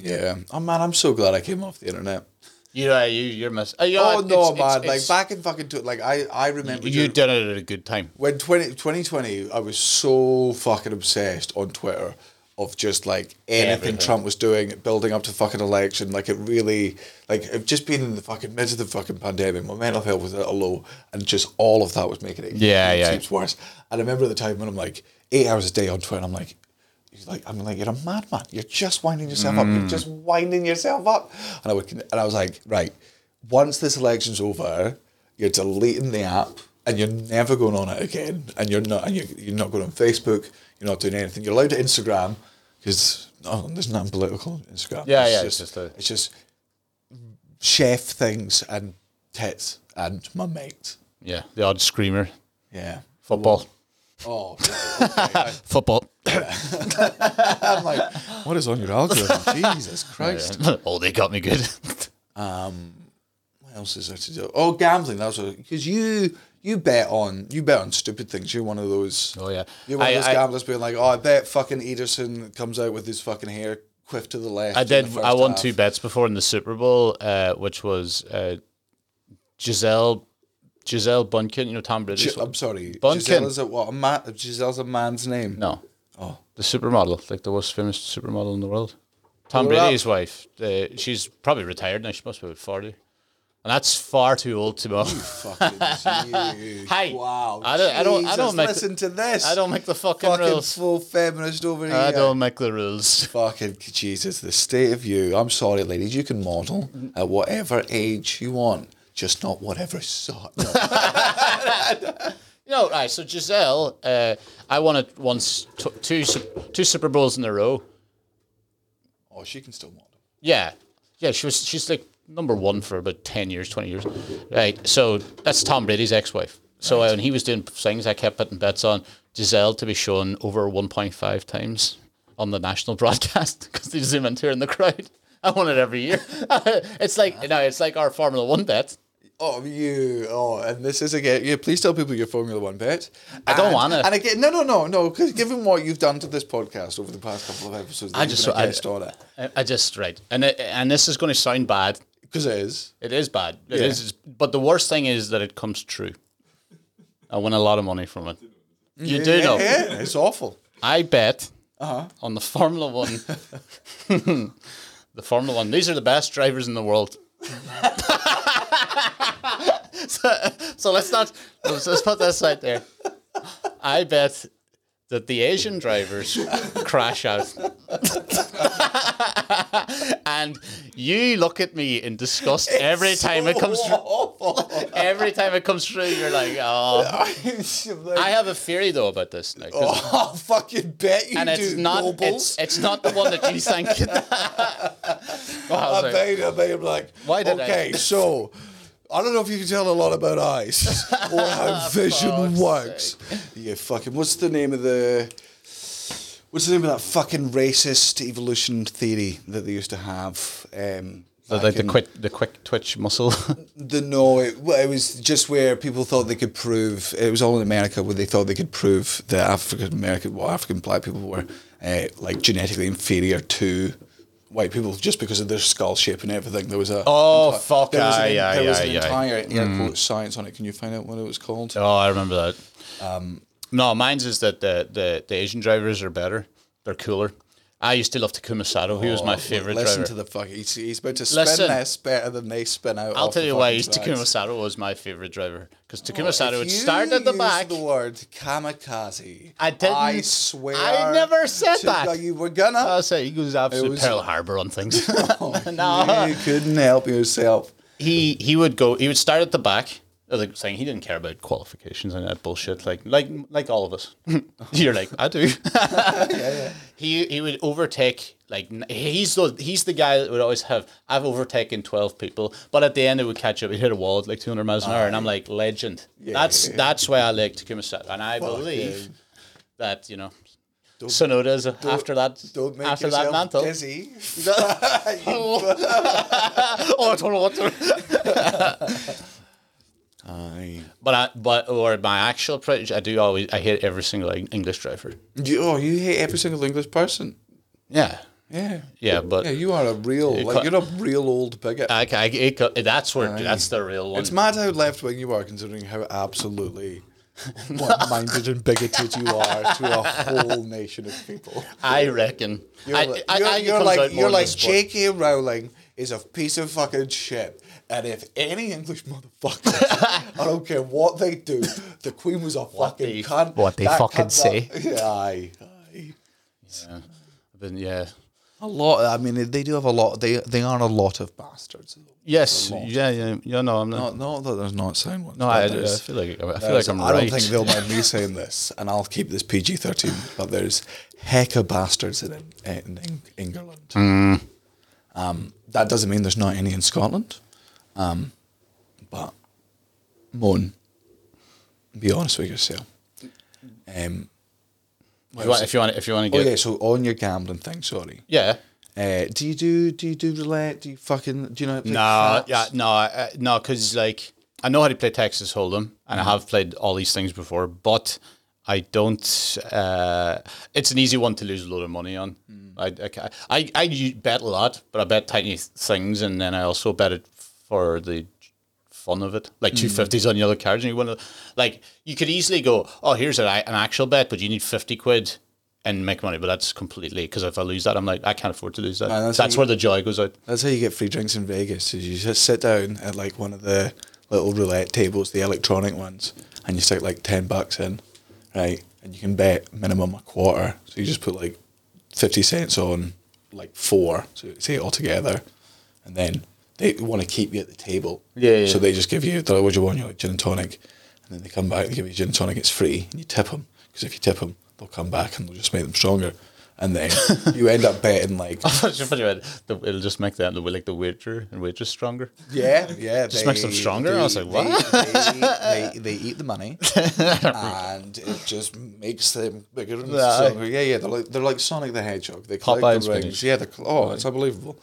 [SPEAKER 4] yeah. Oh man, I'm so glad I came off the internet.
[SPEAKER 5] You, uh, you, you're miss. Uh, yeah,
[SPEAKER 4] Oh no,
[SPEAKER 5] it's-
[SPEAKER 4] man! like
[SPEAKER 5] it's- it's-
[SPEAKER 4] back in fucking tw- like I, I remember
[SPEAKER 5] you
[SPEAKER 4] during-
[SPEAKER 5] did it at a good time.
[SPEAKER 4] when 20, 2020 i was so fucking obsessed on twitter of just like anything
[SPEAKER 5] Everything.
[SPEAKER 4] trump was doing building up to fucking election like it really like it just been in the fucking midst of the fucking pandemic my mental health was at a low and just all of that was making it
[SPEAKER 5] Yeah, yeah.
[SPEAKER 4] heaps worse and i remember at the time when i'm like eight hours a day on twitter i'm like he's like i'm like you're a madman you're just winding yourself up you're just
[SPEAKER 5] Mm.
[SPEAKER 4] winding yourself up and i would and i was like right once this election's over you're deleting the app and you're never going on it again and you're not and you're, you're not going on facebook you're not doing anything you're allowed to instagram because oh, there's nothing political on instagram
[SPEAKER 5] Yeah,
[SPEAKER 4] it's
[SPEAKER 5] yeah,
[SPEAKER 4] just,
[SPEAKER 5] it's just a-
[SPEAKER 4] it's just chef things and tits and my mate
[SPEAKER 5] Yeah, the odd screamer,
[SPEAKER 4] yeah
[SPEAKER 5] football,
[SPEAKER 4] oh
[SPEAKER 5] football.
[SPEAKER 4] i'm like what is on your algorithm jesus christ
[SPEAKER 5] oh, they got me good.
[SPEAKER 4] what else is there to do? Oh, gambling. That's because you you bet on you bet on stupid things. You're one of those.
[SPEAKER 5] Oh, yeah.
[SPEAKER 4] You're one
[SPEAKER 5] I-
[SPEAKER 4] of those
[SPEAKER 5] I-
[SPEAKER 4] gamblers being like, oh, I bet fucking Ederson comes out with his fucking hair quiff to the left.
[SPEAKER 5] I
[SPEAKER 4] in the
[SPEAKER 5] did.
[SPEAKER 4] first
[SPEAKER 5] I won
[SPEAKER 4] half."
[SPEAKER 5] two bets before in the Super Bowl, uh, which was uh, Giselle, Giselle Bunkin. You know Tom Brady's.
[SPEAKER 4] Gi- oh.
[SPEAKER 5] one.
[SPEAKER 4] I'm sorry.
[SPEAKER 5] Bunkin.
[SPEAKER 4] Giselle is a what? A man, Giselle's a man's name.
[SPEAKER 5] no,
[SPEAKER 4] Oh.
[SPEAKER 5] the supermodel, like the most famous supermodel in the world. Tom
[SPEAKER 4] Well, that-
[SPEAKER 5] Brady's wife. Uh, she's probably retired now. She must be about forty, and that's far too old to know.
[SPEAKER 4] Fucking you.
[SPEAKER 5] Hey,
[SPEAKER 4] Wow.
[SPEAKER 5] I don't- I don't- I
[SPEAKER 4] Jesus,
[SPEAKER 5] don't make the-
[SPEAKER 4] listen to this.
[SPEAKER 5] I don't make the fucking,
[SPEAKER 4] fucking
[SPEAKER 5] rules.
[SPEAKER 4] full feminist over here.
[SPEAKER 5] I don't make the rules.
[SPEAKER 4] Fucking Jesus, the state of you. I'm sorry, ladies. You can model at whatever age you want, just not whatever sort. No.
[SPEAKER 5] You know, right? So Giselle, uh, I won it once, t- two Sup- two Super Bowls in a row.
[SPEAKER 4] oh, she can still model.
[SPEAKER 5] Yeah, yeah. She was she's like number one for about ten years, twenty years, right? So that's Tom Brady's ex-wife. So when he was doing things, I kept putting bets on Giselle to be shown over one point five times on the national broadcast because they zoom into her in the crowd. I won it every year. it's like no, it's like our Formula One bet.
[SPEAKER 4] Oh, you. Oh, and this is again. Yeah, please tell people your Formula One bet.
[SPEAKER 5] I don't
[SPEAKER 4] And-
[SPEAKER 5] wanna.
[SPEAKER 4] And again, no, no, no, no. Because given what you've done to this podcast over the past couple of episodes, I just
[SPEAKER 5] just-
[SPEAKER 4] been
[SPEAKER 5] I-
[SPEAKER 4] I, on it
[SPEAKER 5] I, I just right, and it, and this is going to sound bad.
[SPEAKER 4] because it is.
[SPEAKER 5] It is bad. It
[SPEAKER 4] Yeah.
[SPEAKER 5] is- But the worst thing is that it comes true. I win a lot of money from it. You do know.
[SPEAKER 4] Yeah, it's awful.
[SPEAKER 5] I bet on the Formula One, the the Formula One. These are the best drivers in the world. so, so let's not let's, let's put this right there. I bet that the Asian drivers crash out. and you look at me in disgust every time it comes through. Every time it comes through, you're like, oh.
[SPEAKER 4] I'm like,
[SPEAKER 5] I have a theory though about this now. 'cause-
[SPEAKER 4] oh, I fucking bet you
[SPEAKER 5] and it's
[SPEAKER 4] do,
[SPEAKER 5] not
[SPEAKER 4] Nobles.
[SPEAKER 5] it's, it's not the one that you Oh, think. Well, I was
[SPEAKER 4] I
[SPEAKER 5] like,
[SPEAKER 4] bet, I bet, I'm like,
[SPEAKER 5] Why did I-
[SPEAKER 4] okay, so I don't know if you can tell a lot about eyes or how vision works. You fucking, what's the name of the, what's the name of that fucking racist evolution theory that they used to have? Um,
[SPEAKER 5] the,
[SPEAKER 4] back
[SPEAKER 5] the,
[SPEAKER 4] in-
[SPEAKER 5] quick the quick twitch muscle.
[SPEAKER 4] The no, it, well, it was just where people thought they could prove. It was all in America where they thought they could prove that African American, well, African black people were uh, like genetically inferior to white people just because of their skull shape and everything. There was a
[SPEAKER 5] Oh, fuck,
[SPEAKER 4] There was an,
[SPEAKER 5] aye, aye,
[SPEAKER 4] there was
[SPEAKER 5] aye,
[SPEAKER 4] an
[SPEAKER 5] aye.
[SPEAKER 4] entire air quote science on it. Can you find out what it was called?
[SPEAKER 5] oh, I remember Mm. that.
[SPEAKER 4] Um,
[SPEAKER 5] no, mine's is that the, the, the Asian drivers are better. They're cooler. I used to love Takuma Sato. He was my favorite
[SPEAKER 4] Oh, Listen
[SPEAKER 5] driver.
[SPEAKER 4] to the fuck. He's, he's about to spin
[SPEAKER 5] Listen.
[SPEAKER 4] this better than they spin out.
[SPEAKER 5] I'll
[SPEAKER 4] off
[SPEAKER 5] tell
[SPEAKER 4] the
[SPEAKER 5] you why.
[SPEAKER 4] fucking
[SPEAKER 5] he's- Takuma
[SPEAKER 4] tracks.
[SPEAKER 5] Sato was my favorite driver because Takuma
[SPEAKER 4] If
[SPEAKER 5] Sato would
[SPEAKER 4] you
[SPEAKER 5] start at the
[SPEAKER 4] use
[SPEAKER 5] back.
[SPEAKER 4] The word kamikaze.
[SPEAKER 5] I didn't-
[SPEAKER 4] I swear.
[SPEAKER 5] I never said
[SPEAKER 4] to
[SPEAKER 5] that. Oh,
[SPEAKER 4] God, You were gonna.
[SPEAKER 5] I'll say he goes absolute
[SPEAKER 4] was- Oh,
[SPEAKER 5] Pearl Harbor on things.
[SPEAKER 4] You couldn't help yourself.
[SPEAKER 5] he he would go. He would start at the back of the thing. He didn't care about qualifications and that bullshit. Like like like all of us. You're like I do. He he would overtake. Like n- he's the he's the guy that would always have. I've overtaken twelve people, but at the end it would catch up. He'd hit a wall at like two hundred miles an hour, and I'm like legend. that's that's why I like Takuma Sato, and I believe that you know. Sonoda's after that
[SPEAKER 4] Don't make
[SPEAKER 5] after that
[SPEAKER 4] yourself
[SPEAKER 5] mantle.
[SPEAKER 4] dizzy.
[SPEAKER 5] Oh, I don't know what to. But I, but or my actual British, I do always I hate every single Eng- English driver.
[SPEAKER 4] You, oh, you hate every single English person.
[SPEAKER 5] Yeah,
[SPEAKER 4] Yeah.
[SPEAKER 5] yeah, but
[SPEAKER 4] Yeah, you are a real, like,
[SPEAKER 5] cut-
[SPEAKER 4] you're a real old bigot.
[SPEAKER 5] I, I, it co- that's where that's the real one.
[SPEAKER 4] it's mad how left wing you are, considering how absolutely one minded and bigoted you are to a whole nation of people.
[SPEAKER 5] I reckon.
[SPEAKER 4] You're,
[SPEAKER 5] I,
[SPEAKER 4] like,
[SPEAKER 5] I,
[SPEAKER 4] you're,
[SPEAKER 5] I, it
[SPEAKER 4] you're
[SPEAKER 5] comes out
[SPEAKER 4] like,
[SPEAKER 5] more
[SPEAKER 4] you're
[SPEAKER 5] in the
[SPEAKER 4] like
[SPEAKER 5] sport.
[SPEAKER 4] J.K. Rowling is a piece of fucking shit. And if any English motherfuckers, I don't care what they do, the Queen was a fucking
[SPEAKER 5] they-
[SPEAKER 4] cunt.
[SPEAKER 5] what they
[SPEAKER 4] that
[SPEAKER 5] fucking
[SPEAKER 4] cunt,
[SPEAKER 5] say.
[SPEAKER 4] that- Yeah, aye, aye.
[SPEAKER 5] Then, yeah.
[SPEAKER 4] A lot. I mean, they do have a lot. They they are a lot of bastards.
[SPEAKER 5] Yes. Yeah. Yeah. Yeah. No, I'm
[SPEAKER 4] Not,
[SPEAKER 5] not.
[SPEAKER 4] not that there's not sound ones.
[SPEAKER 5] No, I, I feel like I feel like I'm
[SPEAKER 4] Uh, I
[SPEAKER 5] right.
[SPEAKER 4] don't think they'll mind me saying this, and I'll keep this PG thirteen. But there's heck of bastards in in, in England.
[SPEAKER 5] Hmm.
[SPEAKER 4] Um, that doesn't mean there's not any in Scotland, um, but moan. Be honest with yourself. Um,
[SPEAKER 5] if, you want, if you want, if you want to
[SPEAKER 4] oh
[SPEAKER 5] get,
[SPEAKER 4] yeah, so on your gambling thing. Sorry.
[SPEAKER 5] yeah.
[SPEAKER 4] Uh, do you do do you do roulette? Do you fucking do you know? how to play
[SPEAKER 5] No,
[SPEAKER 4] craps?
[SPEAKER 5] yeah, no, uh, no, because like I know how to play Texas Hold'em, and I have played all these things before, but I don't. Uh, it's an easy one to lose a load of money on. I, I, ca- I, I u- bet a lot, but I bet tiny things, and then I also bet it for the fun of it, like two fifties on yellow cards, and you win. a- Like you could easily go, oh, here's an, an actual bet, but you need fifty quid. And make money, but that's completely because if I lose that, I'm like I can't afford to lose that.
[SPEAKER 4] Man, that's
[SPEAKER 5] that's
[SPEAKER 4] how you-
[SPEAKER 5] where the joy goes out.
[SPEAKER 4] That's how you get free drinks in Vegas. Is you just sit down at like one of the little roulette tables, the electronic ones, and you stick like ten bucks in, right? And you can bet minimum a quarter. So you just put like fifty cents on like four, so say it all together, and then they want to keep you at the table.
[SPEAKER 5] Yeah, yeah.
[SPEAKER 4] So they just give you they're like, what do you want? You're like gin and tonic, and then they come back and give you gin and tonic. It's free, and you tip them because if you tip them, they'll come back and they'll just make them stronger. And then you end up betting like
[SPEAKER 5] Just put it in. The- it'll just make that the like the waiter and waitress stronger.
[SPEAKER 4] Yeah, yeah. Just
[SPEAKER 5] makes them stronger? I was like, what?
[SPEAKER 4] They, they, they eat the money, and it just makes them bigger and
[SPEAKER 5] Yeah.
[SPEAKER 4] stronger. Yeah, yeah. They're like they're like Sonic the Hedgehog. They collect
[SPEAKER 5] Popeye and
[SPEAKER 4] the rings.
[SPEAKER 5] spinach.
[SPEAKER 4] Yeah, they're, cl- oh, it's unbelievable.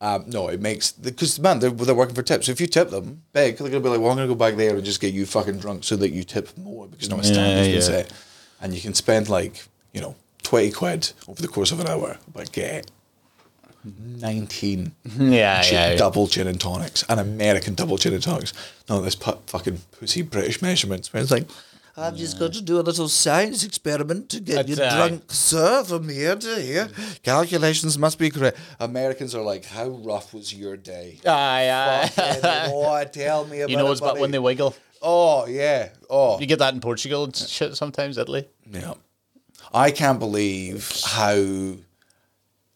[SPEAKER 4] Um, no, it makes because man, they're, they're working for tips. If you tip them big, they're gonna be like, "Well, I'm gonna go back there and just get you fucking drunk so that you tip more because now my standard's
[SPEAKER 5] yeah.
[SPEAKER 4] been set, and you can spend like you know twenty quid over the course of an hour, but get
[SPEAKER 5] Mm-hmm.
[SPEAKER 4] nineteen
[SPEAKER 5] Yeah,
[SPEAKER 4] gin- double gin and tonics, and American double gin and tonics. No, this pu- fucking pussy British measurements. Where it's like,
[SPEAKER 6] I've just got to do a little science experiment to get you
[SPEAKER 5] That's aye.
[SPEAKER 6] drunk, sir, from here to here.
[SPEAKER 4] Calculations must be correct. Americans are like, how rough was your day?
[SPEAKER 5] Aye,
[SPEAKER 4] Yeah, oh, tell me about
[SPEAKER 5] Ah, You know,
[SPEAKER 4] it,
[SPEAKER 5] it's about when
[SPEAKER 4] buddy.
[SPEAKER 5] they wiggle.
[SPEAKER 4] Oh yeah. Oh
[SPEAKER 5] You get that in Portugal and shit sometimes, Italy.
[SPEAKER 4] yeah. I can't believe how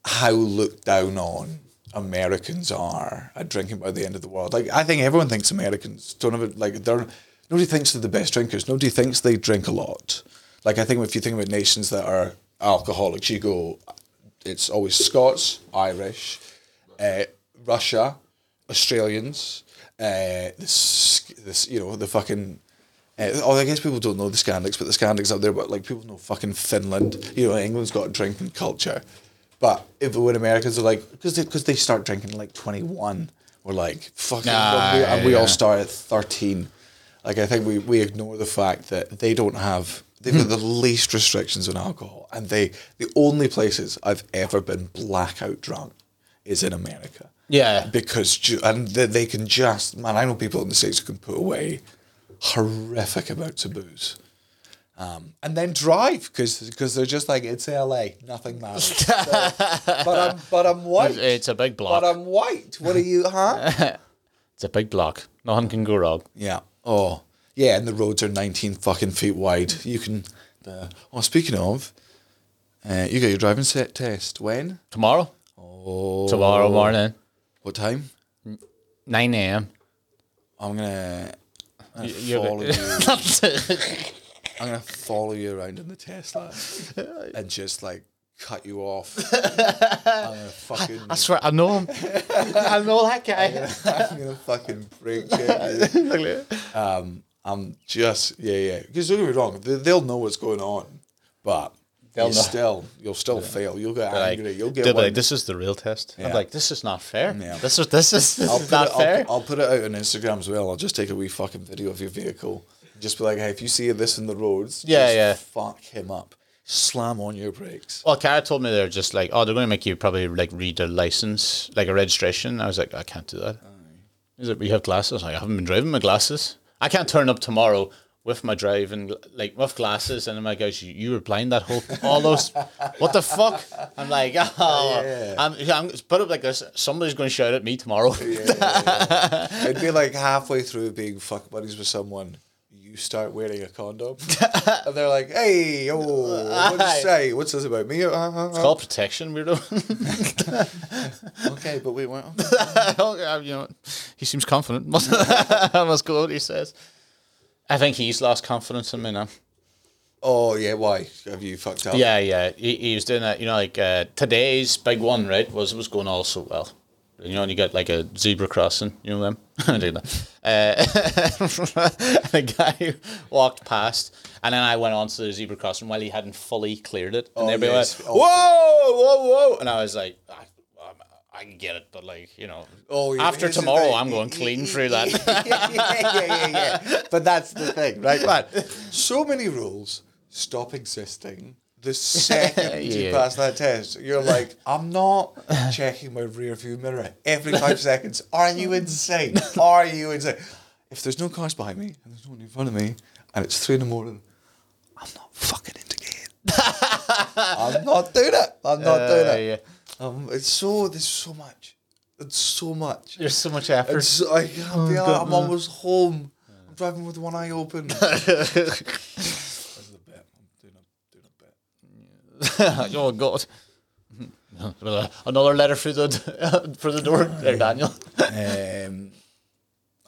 [SPEAKER 4] how looked down on Americans are at drinking by the end of the world. Like I think everyone thinks Americans don't have it. Like they're nobody thinks they're the best drinkers. Nobody thinks they drink a lot. Like I think if you think about nations that are alcoholics, you go, it's always Scots, Irish, uh, Russia, Australians. Uh, this, this, you know, the fucking. Uh, oh, I guess people don't know the Scandics, but the Scandics up there. But like people know fucking Finland. You know, England's got a drinking culture. But if when Americans are like, because they, 'cause they start drinking at, like twenty one, we're like fucking,
[SPEAKER 5] Nah,
[SPEAKER 4] we, and we all
[SPEAKER 5] yeah.
[SPEAKER 4] start at thirteen. Like I think we we ignore the fact that they don't have they've
[SPEAKER 5] Hmm.
[SPEAKER 4] got the least restrictions on alcohol, and they the only places I've ever been blackout drunk is in America.
[SPEAKER 5] Yeah.
[SPEAKER 4] because ju- and they, they can just man, I know people in the states who can put away horrific amounts of booze. Um, and then drive because they're just like it's LA, nothing matters. So, but I'm but I'm white.
[SPEAKER 5] It's a
[SPEAKER 4] but
[SPEAKER 5] big block.
[SPEAKER 4] I'm white. What are you, huh?
[SPEAKER 5] It's a big block. Nothing can go wrong.
[SPEAKER 4] Yeah. Oh, yeah. And the roads are 19 fucking feet wide. You can. Uh, oh, speaking of, uh, you got your driving set test. When?
[SPEAKER 5] Tomorrow? Oh. Tomorrow morning.
[SPEAKER 4] What time?
[SPEAKER 5] 9 a.m.
[SPEAKER 4] I'm gonna. I'm gonna,
[SPEAKER 5] you're
[SPEAKER 4] follow
[SPEAKER 5] the-
[SPEAKER 4] you. I'm gonna follow you around in the Tesla and just like cut you off. I'm gonna fucking.
[SPEAKER 5] I swear, I know him. I know that guy.
[SPEAKER 4] I'm gonna fucking break you. I'm just yeah, yeah. Because don't get me wrong, they, they'll know what's going on, but
[SPEAKER 5] They'll
[SPEAKER 4] you
[SPEAKER 5] know.
[SPEAKER 4] still you'll still fail. You'll get
[SPEAKER 5] Like,
[SPEAKER 4] angry. You'll get
[SPEAKER 5] they'll be
[SPEAKER 4] one
[SPEAKER 5] like, this is the real test. I'm
[SPEAKER 4] Yeah.
[SPEAKER 5] like, this is not fair.
[SPEAKER 4] Yeah.
[SPEAKER 5] This is this is, this
[SPEAKER 4] I'll
[SPEAKER 5] is
[SPEAKER 4] put,
[SPEAKER 5] not
[SPEAKER 4] it,
[SPEAKER 5] fair.
[SPEAKER 4] I'll, I'll put it out on Instagram as well. I'll just take a wee fucking video of your vehicle. Just be like, hey, if you see this in the roads,
[SPEAKER 5] Yeah, Oh.
[SPEAKER 4] just
[SPEAKER 5] yeah.
[SPEAKER 4] fuck him up. Slam on your brakes.
[SPEAKER 5] Well, Cara told me they're just like, oh, they're going to make you probably like read a license, like a registration. I was like, I can't do that. He's like, but you have glasses. I'm like, I haven't been driving my glasses. I can't turn up tomorrow with my driving, like with glasses. And I'm like, guys, you, you were blind that whole, all those, what the fuck? I'm like, oh, I'm, I'm put up like this. Somebody's going to shout at me tomorrow.
[SPEAKER 4] It'd be like halfway through being fuck buddies with someone. You start wearing a condom, and they're like, "Hey, oh, what you say? What's this about me?" Uh, uh, uh.
[SPEAKER 5] Call protection, weirdo.
[SPEAKER 4] Okay, but we weren't.
[SPEAKER 5] Oh, you know, he seems confident. I must go what he says. I think he's lost confidence in me now.
[SPEAKER 4] Oh yeah, why have you fucked up?
[SPEAKER 5] Yeah, yeah. He, he was doing that, you know, like uh, today's big one, right? Was was going all so well. You know, and you got like a zebra crossing, you know them? I do that. Uh, the guy walked past, and then I went on to the zebra crossing while he hadn't fully cleared it.
[SPEAKER 4] Oh,
[SPEAKER 5] And everybody
[SPEAKER 4] yes.
[SPEAKER 5] went,
[SPEAKER 4] Oh.
[SPEAKER 5] whoa, whoa, whoa. And I was like, I, I'm- I can get it, but like, you know,
[SPEAKER 4] Oh, yeah, but
[SPEAKER 5] after
[SPEAKER 4] here's the
[SPEAKER 5] tomorrow,
[SPEAKER 4] thing.
[SPEAKER 5] I'm going clean through that.
[SPEAKER 4] yeah, yeah, yeah, yeah, yeah. But that's the thing, right? But so many rules stop existing the second you
[SPEAKER 5] Yeah.
[SPEAKER 4] pass that test. You're like, I'm not checking my rear view mirror every five seconds. Are you insane? Are you insane? If there's no cars behind me and there's no one in front of me and it's three in the morning, I'm not fucking into it. I'm not doing it. I'm not doing
[SPEAKER 5] Uh,
[SPEAKER 4] it.
[SPEAKER 5] yeah.
[SPEAKER 4] Um, it's so there's so much. It's so much.
[SPEAKER 5] There's so much effort.
[SPEAKER 4] It's I can't be out. I'm almost home. I'm driving with one eye open. That's the bet. I'm doing a, doing a bet.
[SPEAKER 5] oh God! Another letter through the for the door there, Daniel.
[SPEAKER 4] Um,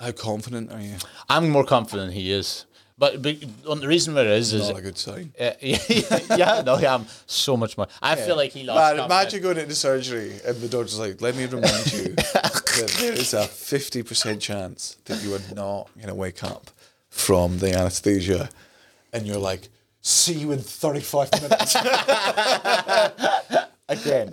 [SPEAKER 4] how confident are you?
[SPEAKER 5] I'm more confident he is, but, but on the reason where it is is.
[SPEAKER 4] Not a good sign.
[SPEAKER 5] uh, yeah, yeah, no, yeah, I'm so much more. I feel like he lost.
[SPEAKER 4] Man, imagine going into surgery and the doctor's like, "Let me remind you that there is a fifty percent chance that you are not going to wake up from the anesthesia," and you're like, "See you in thirty-five minutes." Again,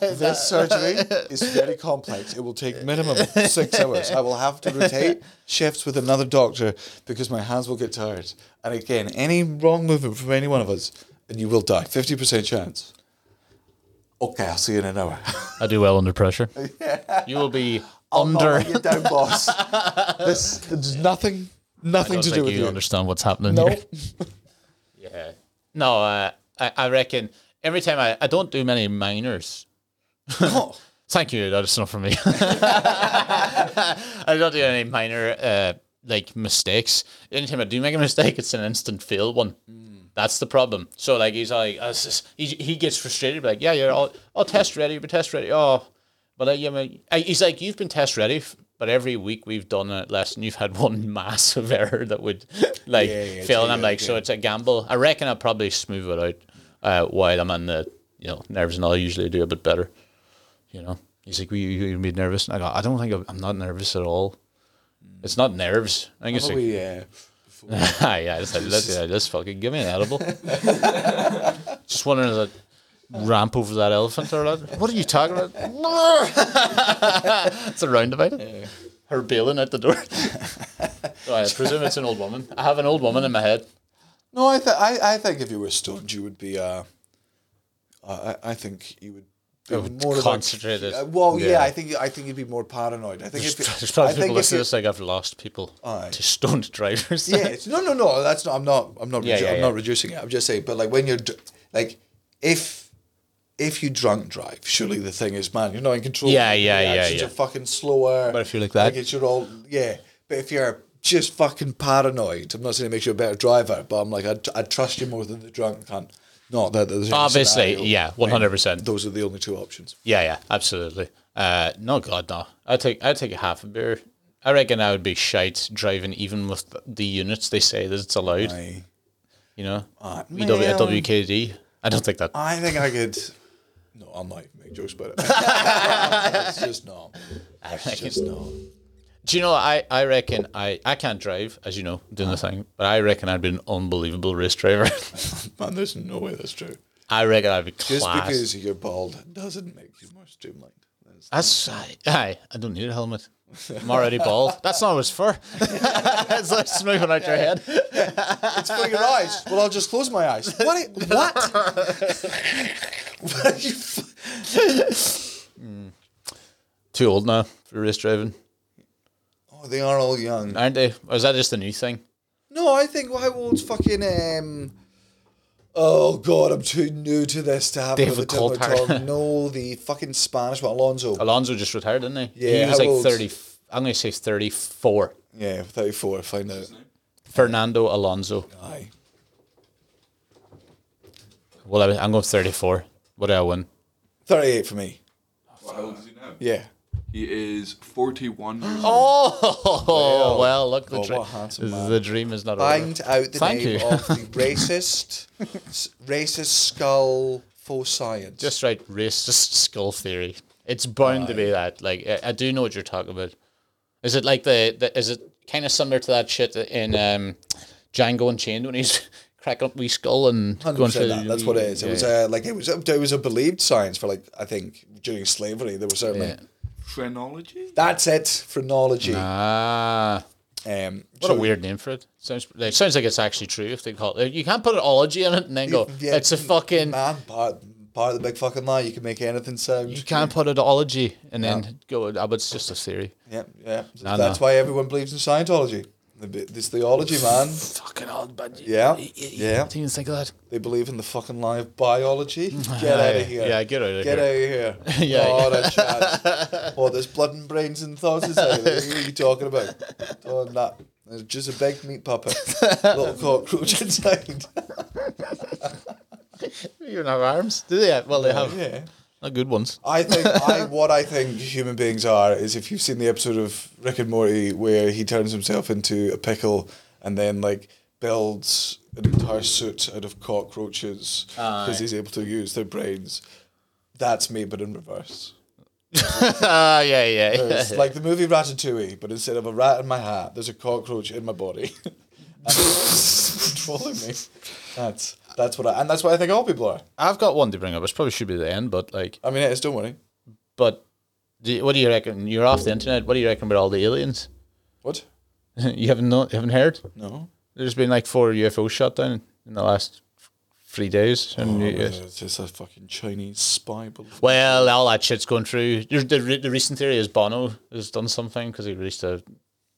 [SPEAKER 4] this surgery is very complex. It will take minimum six hours. I will have to rotate shifts with another doctor because my hands will get tired. And again, any wrong movement from any one of us, and you will die. Fifty percent chance okay, I'll see you in an hour.
[SPEAKER 5] I do well under pressure. You will be
[SPEAKER 4] I'll
[SPEAKER 5] under.
[SPEAKER 4] Oh, let you down, boss. this, there's nothing
[SPEAKER 5] I
[SPEAKER 4] Nothing
[SPEAKER 5] don't
[SPEAKER 4] to do
[SPEAKER 5] think
[SPEAKER 4] with
[SPEAKER 5] you,
[SPEAKER 4] you.
[SPEAKER 5] understand what's happening.
[SPEAKER 4] No.
[SPEAKER 5] here. yeah. No, uh, I, I reckon every time I, I don't do many minors.
[SPEAKER 4] No.
[SPEAKER 5] Thank you. That's not for me. I don't do any minor uh, like mistakes. Anytime I do make a mistake, it's an instant fail one. That's the problem. So like he's like uh, s- s- he, he gets frustrated. Like yeah, yeah, I'll, I'll test ready, but test ready. Oh, but like, yeah, man, I- he's like you've been test ready, f- but every week we've done a lesson, you've had one massive error that would like fail. And I'm like, so it's a gamble. I reckon I'll probably smooth it out uh, while I'm on the you know nerves, and I'll usually do a bit better you know. He's like, "Will you, you be nervous?" And I go, "I don't think I'm, I'm not nervous at all. It's not nerves. I think it's like,
[SPEAKER 4] Probably, yeah.
[SPEAKER 5] ah, yeah, it's like, let, yeah, just fucking give me an edible. just wondering that ramp over that elephant or not. What are you talking about? it's a roundabout. Her bailing out the door. so I presume it's an old woman. I have an old woman in my head.
[SPEAKER 4] No, I, th- I I think if you were stoned, you would be. Uh, I I I think you would. Be
[SPEAKER 5] would
[SPEAKER 4] more of a-
[SPEAKER 5] concentrate it.
[SPEAKER 4] Uh, well, yeah.
[SPEAKER 5] Oh, Yeah.
[SPEAKER 4] I think I think you'd be more paranoid. I think if
[SPEAKER 5] There's
[SPEAKER 4] I
[SPEAKER 5] probably
[SPEAKER 4] think if
[SPEAKER 5] people listening
[SPEAKER 4] you,
[SPEAKER 5] to this like I've lost people
[SPEAKER 4] Aye.
[SPEAKER 5] to stoned drivers.
[SPEAKER 4] yeah, it's- no, no, no. That's not. I'm not. I'm not.
[SPEAKER 5] Yeah,
[SPEAKER 4] redu-
[SPEAKER 5] yeah,
[SPEAKER 4] I'm
[SPEAKER 5] yeah.
[SPEAKER 4] not reducing it. I'm just saying. But like when you're, dr- like, if if you drunk drive, surely the thing is, man, you're not in control.
[SPEAKER 5] Yeah,
[SPEAKER 4] Your
[SPEAKER 5] yeah, yeah,
[SPEAKER 4] reactions
[SPEAKER 5] yeah.
[SPEAKER 4] Are fucking slower.
[SPEAKER 5] But if you're like that-
[SPEAKER 4] like it's your all. Yeah, but if you're just fucking paranoid, I'm not saying it makes you a better driver, but I'm like, I I trust you more than the drunk cunt. Not that there's any
[SPEAKER 5] Obviously,
[SPEAKER 4] scenario
[SPEAKER 5] yeah,
[SPEAKER 4] when
[SPEAKER 5] 100%.
[SPEAKER 4] Those are the only two options.
[SPEAKER 5] Yeah, yeah, absolutely. Uh, no, God, no. I take I take a half a beer. I reckon I would be shite driving, even with the units they say that it's allowed.
[SPEAKER 4] I
[SPEAKER 5] You know, uh,
[SPEAKER 4] well. uh,
[SPEAKER 5] WKD. I don't think that.
[SPEAKER 4] I think I could. No, I'm not even making jokes about it. it's just not. It's just not.
[SPEAKER 5] Do you know? I, I reckon I, I can't drive, as you know, doing the
[SPEAKER 4] Uh-huh.
[SPEAKER 5] thing. But I reckon I'd be an unbelievable race driver.
[SPEAKER 4] Man, there's no way that's true.
[SPEAKER 5] I reckon I'd be
[SPEAKER 4] Just
[SPEAKER 5] class.
[SPEAKER 4] because you're bald doesn't make you more streamlined. That's-
[SPEAKER 5] That's I, I, I don't need a helmet. I'm already bald. That's not what it's for. it's like smoothing out your head.
[SPEAKER 4] It's for your eyes. Well, I'll just close my eyes. What? i- What? What are you f-
[SPEAKER 5] Too old now for race driving,
[SPEAKER 4] oh, they are all young.
[SPEAKER 5] aren't they? Or is that just a new thing?
[SPEAKER 4] No, I think how old's fucking um. Oh god, I'm too new to this to have
[SPEAKER 5] David
[SPEAKER 4] another Tim
[SPEAKER 5] Coulthard. Oh.
[SPEAKER 4] O'Donnell. No, the fucking Spanish one, Alonso.
[SPEAKER 5] Alonso just retired, didn't he?
[SPEAKER 4] Yeah,
[SPEAKER 5] he was
[SPEAKER 4] how
[SPEAKER 5] like
[SPEAKER 4] old?
[SPEAKER 5] thirty. I'm going to say thirty-four.
[SPEAKER 4] Yeah, 34. Find out.
[SPEAKER 5] Fernando Alonso.
[SPEAKER 4] Aye.
[SPEAKER 5] Well, I- I'm going thirty-four. What do I win?
[SPEAKER 4] 38 for me.
[SPEAKER 7] What old is he now?
[SPEAKER 4] Yeah.
[SPEAKER 7] He is 41 years old.
[SPEAKER 5] Oh well, look the,
[SPEAKER 4] God,
[SPEAKER 5] dream.
[SPEAKER 4] oh, what a handsome man.
[SPEAKER 5] the dream is not over.
[SPEAKER 4] Find out the
[SPEAKER 5] Thank
[SPEAKER 4] name
[SPEAKER 5] you.
[SPEAKER 4] of the racist, s- racist skull for science.
[SPEAKER 5] Just right, racist skull theory. It's bound to be that. Like I, I do know what you're talking about. Is it like the, the is it kind of similar to that shit in um, Django Unchained when he's cracking up wee skull and going
[SPEAKER 4] 100%
[SPEAKER 5] through?
[SPEAKER 4] that. That's what it is. It
[SPEAKER 5] Yeah,
[SPEAKER 4] was
[SPEAKER 5] yeah.
[SPEAKER 4] a, like it was a, it was a believed science for like I think during slavery there was certainly
[SPEAKER 5] Yeah.
[SPEAKER 7] Phrenology?
[SPEAKER 4] that's it phrenology.
[SPEAKER 5] ah.
[SPEAKER 4] Um,
[SPEAKER 5] What a weird name for it. Sounds it sounds like it's actually true if they call it. You can't put an ology in it and then go. it's a fucking.
[SPEAKER 4] man part part of the big fucking lie. You can make anything sound.
[SPEAKER 5] You can't put an ology and then go. Ah, but it's just a theory.
[SPEAKER 4] Yeah, yeah.
[SPEAKER 5] No,
[SPEAKER 4] that's
[SPEAKER 5] no.
[SPEAKER 4] why everyone believes in Scientology. The bi- This theology, man.
[SPEAKER 5] Fucking odd, but
[SPEAKER 4] Yeah,
[SPEAKER 5] I
[SPEAKER 4] yeah.
[SPEAKER 5] didn't even think of that.
[SPEAKER 4] They believe in the fucking lie of biology. Get out of here.
[SPEAKER 5] Yeah, get out of
[SPEAKER 4] Get
[SPEAKER 5] here.
[SPEAKER 4] out of here.
[SPEAKER 5] Yeah.
[SPEAKER 4] Not a chance. Oh, there's blood and brains and thousands out there. What are you talking about? Oh, nah. There's just a big meat puppet. Little cockroach inside.
[SPEAKER 5] You don't have arms, do they? Well, they have
[SPEAKER 4] yeah.
[SPEAKER 5] not good ones.
[SPEAKER 4] I think I what I think human beings are is if you've seen the episode of Rick and Morty where he turns himself into a pickle and then like builds an entire suit out of cockroaches because he's able to use their brains. That's me, but in reverse.
[SPEAKER 5] Ah, yeah, yeah.
[SPEAKER 4] It's like the movie Ratatouille, but instead of a rat in my hat, there's a cockroach in my body. And it's controlling me. That's that's what I and that's what I think all people are.
[SPEAKER 5] I've got one to bring up. It probably should be the end, but like,
[SPEAKER 4] I mean it is, don't worry.
[SPEAKER 5] but do you- what do you reckon? You're off the internet. What do you reckon about all the aliens?
[SPEAKER 4] What?
[SPEAKER 5] you haven't no, you haven't heard?
[SPEAKER 4] No.
[SPEAKER 5] There's been like four UFO shot down in the last f- three days.
[SPEAKER 4] Oh,
[SPEAKER 5] And you-
[SPEAKER 4] It's just a fucking Chinese spy balloon.
[SPEAKER 5] well, all that shit's going through. There's the, re- the recent theory is Bono has done something because he released a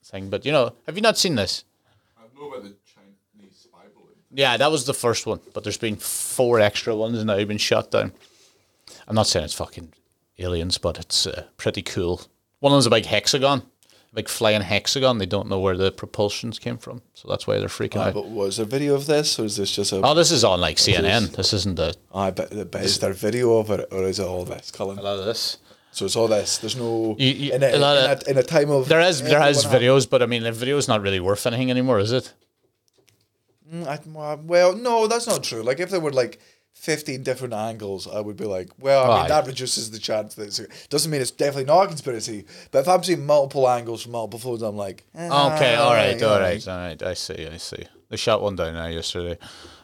[SPEAKER 5] thing. But you know, have you not seen this?
[SPEAKER 7] What about the Chinese spy balloon?
[SPEAKER 5] Yeah, that was the first one, but there's been four extra ones now been shut down. I'm not saying it's fucking aliens, but it's uh, pretty cool. One of them's a big hexagon, a big flying hexagon. They don't know where the propulsions came from, so that's why they're freaking out.
[SPEAKER 4] But was there video of this, or is this just a?
[SPEAKER 5] Oh, this is on like CNN. This isn't a
[SPEAKER 4] I bet the best there video of it, or is it all this, Colin?
[SPEAKER 5] lot of this.
[SPEAKER 4] So it's all this. There's no
[SPEAKER 5] You- you-
[SPEAKER 4] in, a,
[SPEAKER 5] a lot
[SPEAKER 4] in,
[SPEAKER 5] of-
[SPEAKER 4] a, in a time of
[SPEAKER 5] There is there is
[SPEAKER 4] everyone
[SPEAKER 5] videos, but I mean, the video's not really worth anything anymore, is it?
[SPEAKER 4] had- mm, I- well, no, that's not true. Like if there were like. 15 different angles, I would be like, well, I mean,
[SPEAKER 5] Aye.
[SPEAKER 4] that reduces the chance that it's doesn't mean it's definitely not a conspiracy. But if I'm seeing multiple angles from multiple phones, I'm like, eh,
[SPEAKER 5] Okay, all right,
[SPEAKER 4] yeah.
[SPEAKER 5] all right, all right. I see, I see. They shot one down now yesterday.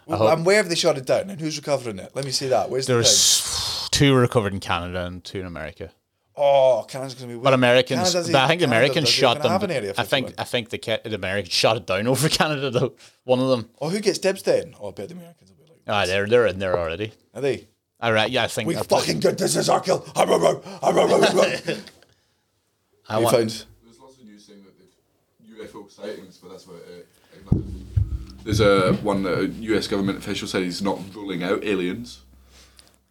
[SPEAKER 5] I hope
[SPEAKER 4] and where have they shot it down and who's recovering it? Let me see that. Where's the thing?
[SPEAKER 5] Oh. there's two recovered in Canada and two in America.
[SPEAKER 4] Oh, Canada's going to be weird.
[SPEAKER 5] But Americans,
[SPEAKER 4] Canada doesn't-
[SPEAKER 5] but I think the
[SPEAKER 4] Canada
[SPEAKER 5] Americans
[SPEAKER 4] doesn't
[SPEAKER 5] shot
[SPEAKER 4] even
[SPEAKER 5] them.
[SPEAKER 4] have an Area
[SPEAKER 5] I think
[SPEAKER 4] 51.
[SPEAKER 5] I think the, ca- the Americans shot it down over Canada though. One of them.
[SPEAKER 4] Oh, who gets dibs then? Oh, I bet the Americans will be like,
[SPEAKER 5] Ah, they're they're in there already.
[SPEAKER 4] are they?
[SPEAKER 5] All right, yeah, I think.
[SPEAKER 4] We
[SPEAKER 5] I,
[SPEAKER 4] fucking good. This is our kill. Ah, rah, rah, ah, rah, rah, rah.
[SPEAKER 5] I
[SPEAKER 4] You
[SPEAKER 5] want-
[SPEAKER 4] found
[SPEAKER 7] There's lots of news saying that they've UFO sightings, but that's about it. Like, There's a one that a US government official said he's not ruling out aliens.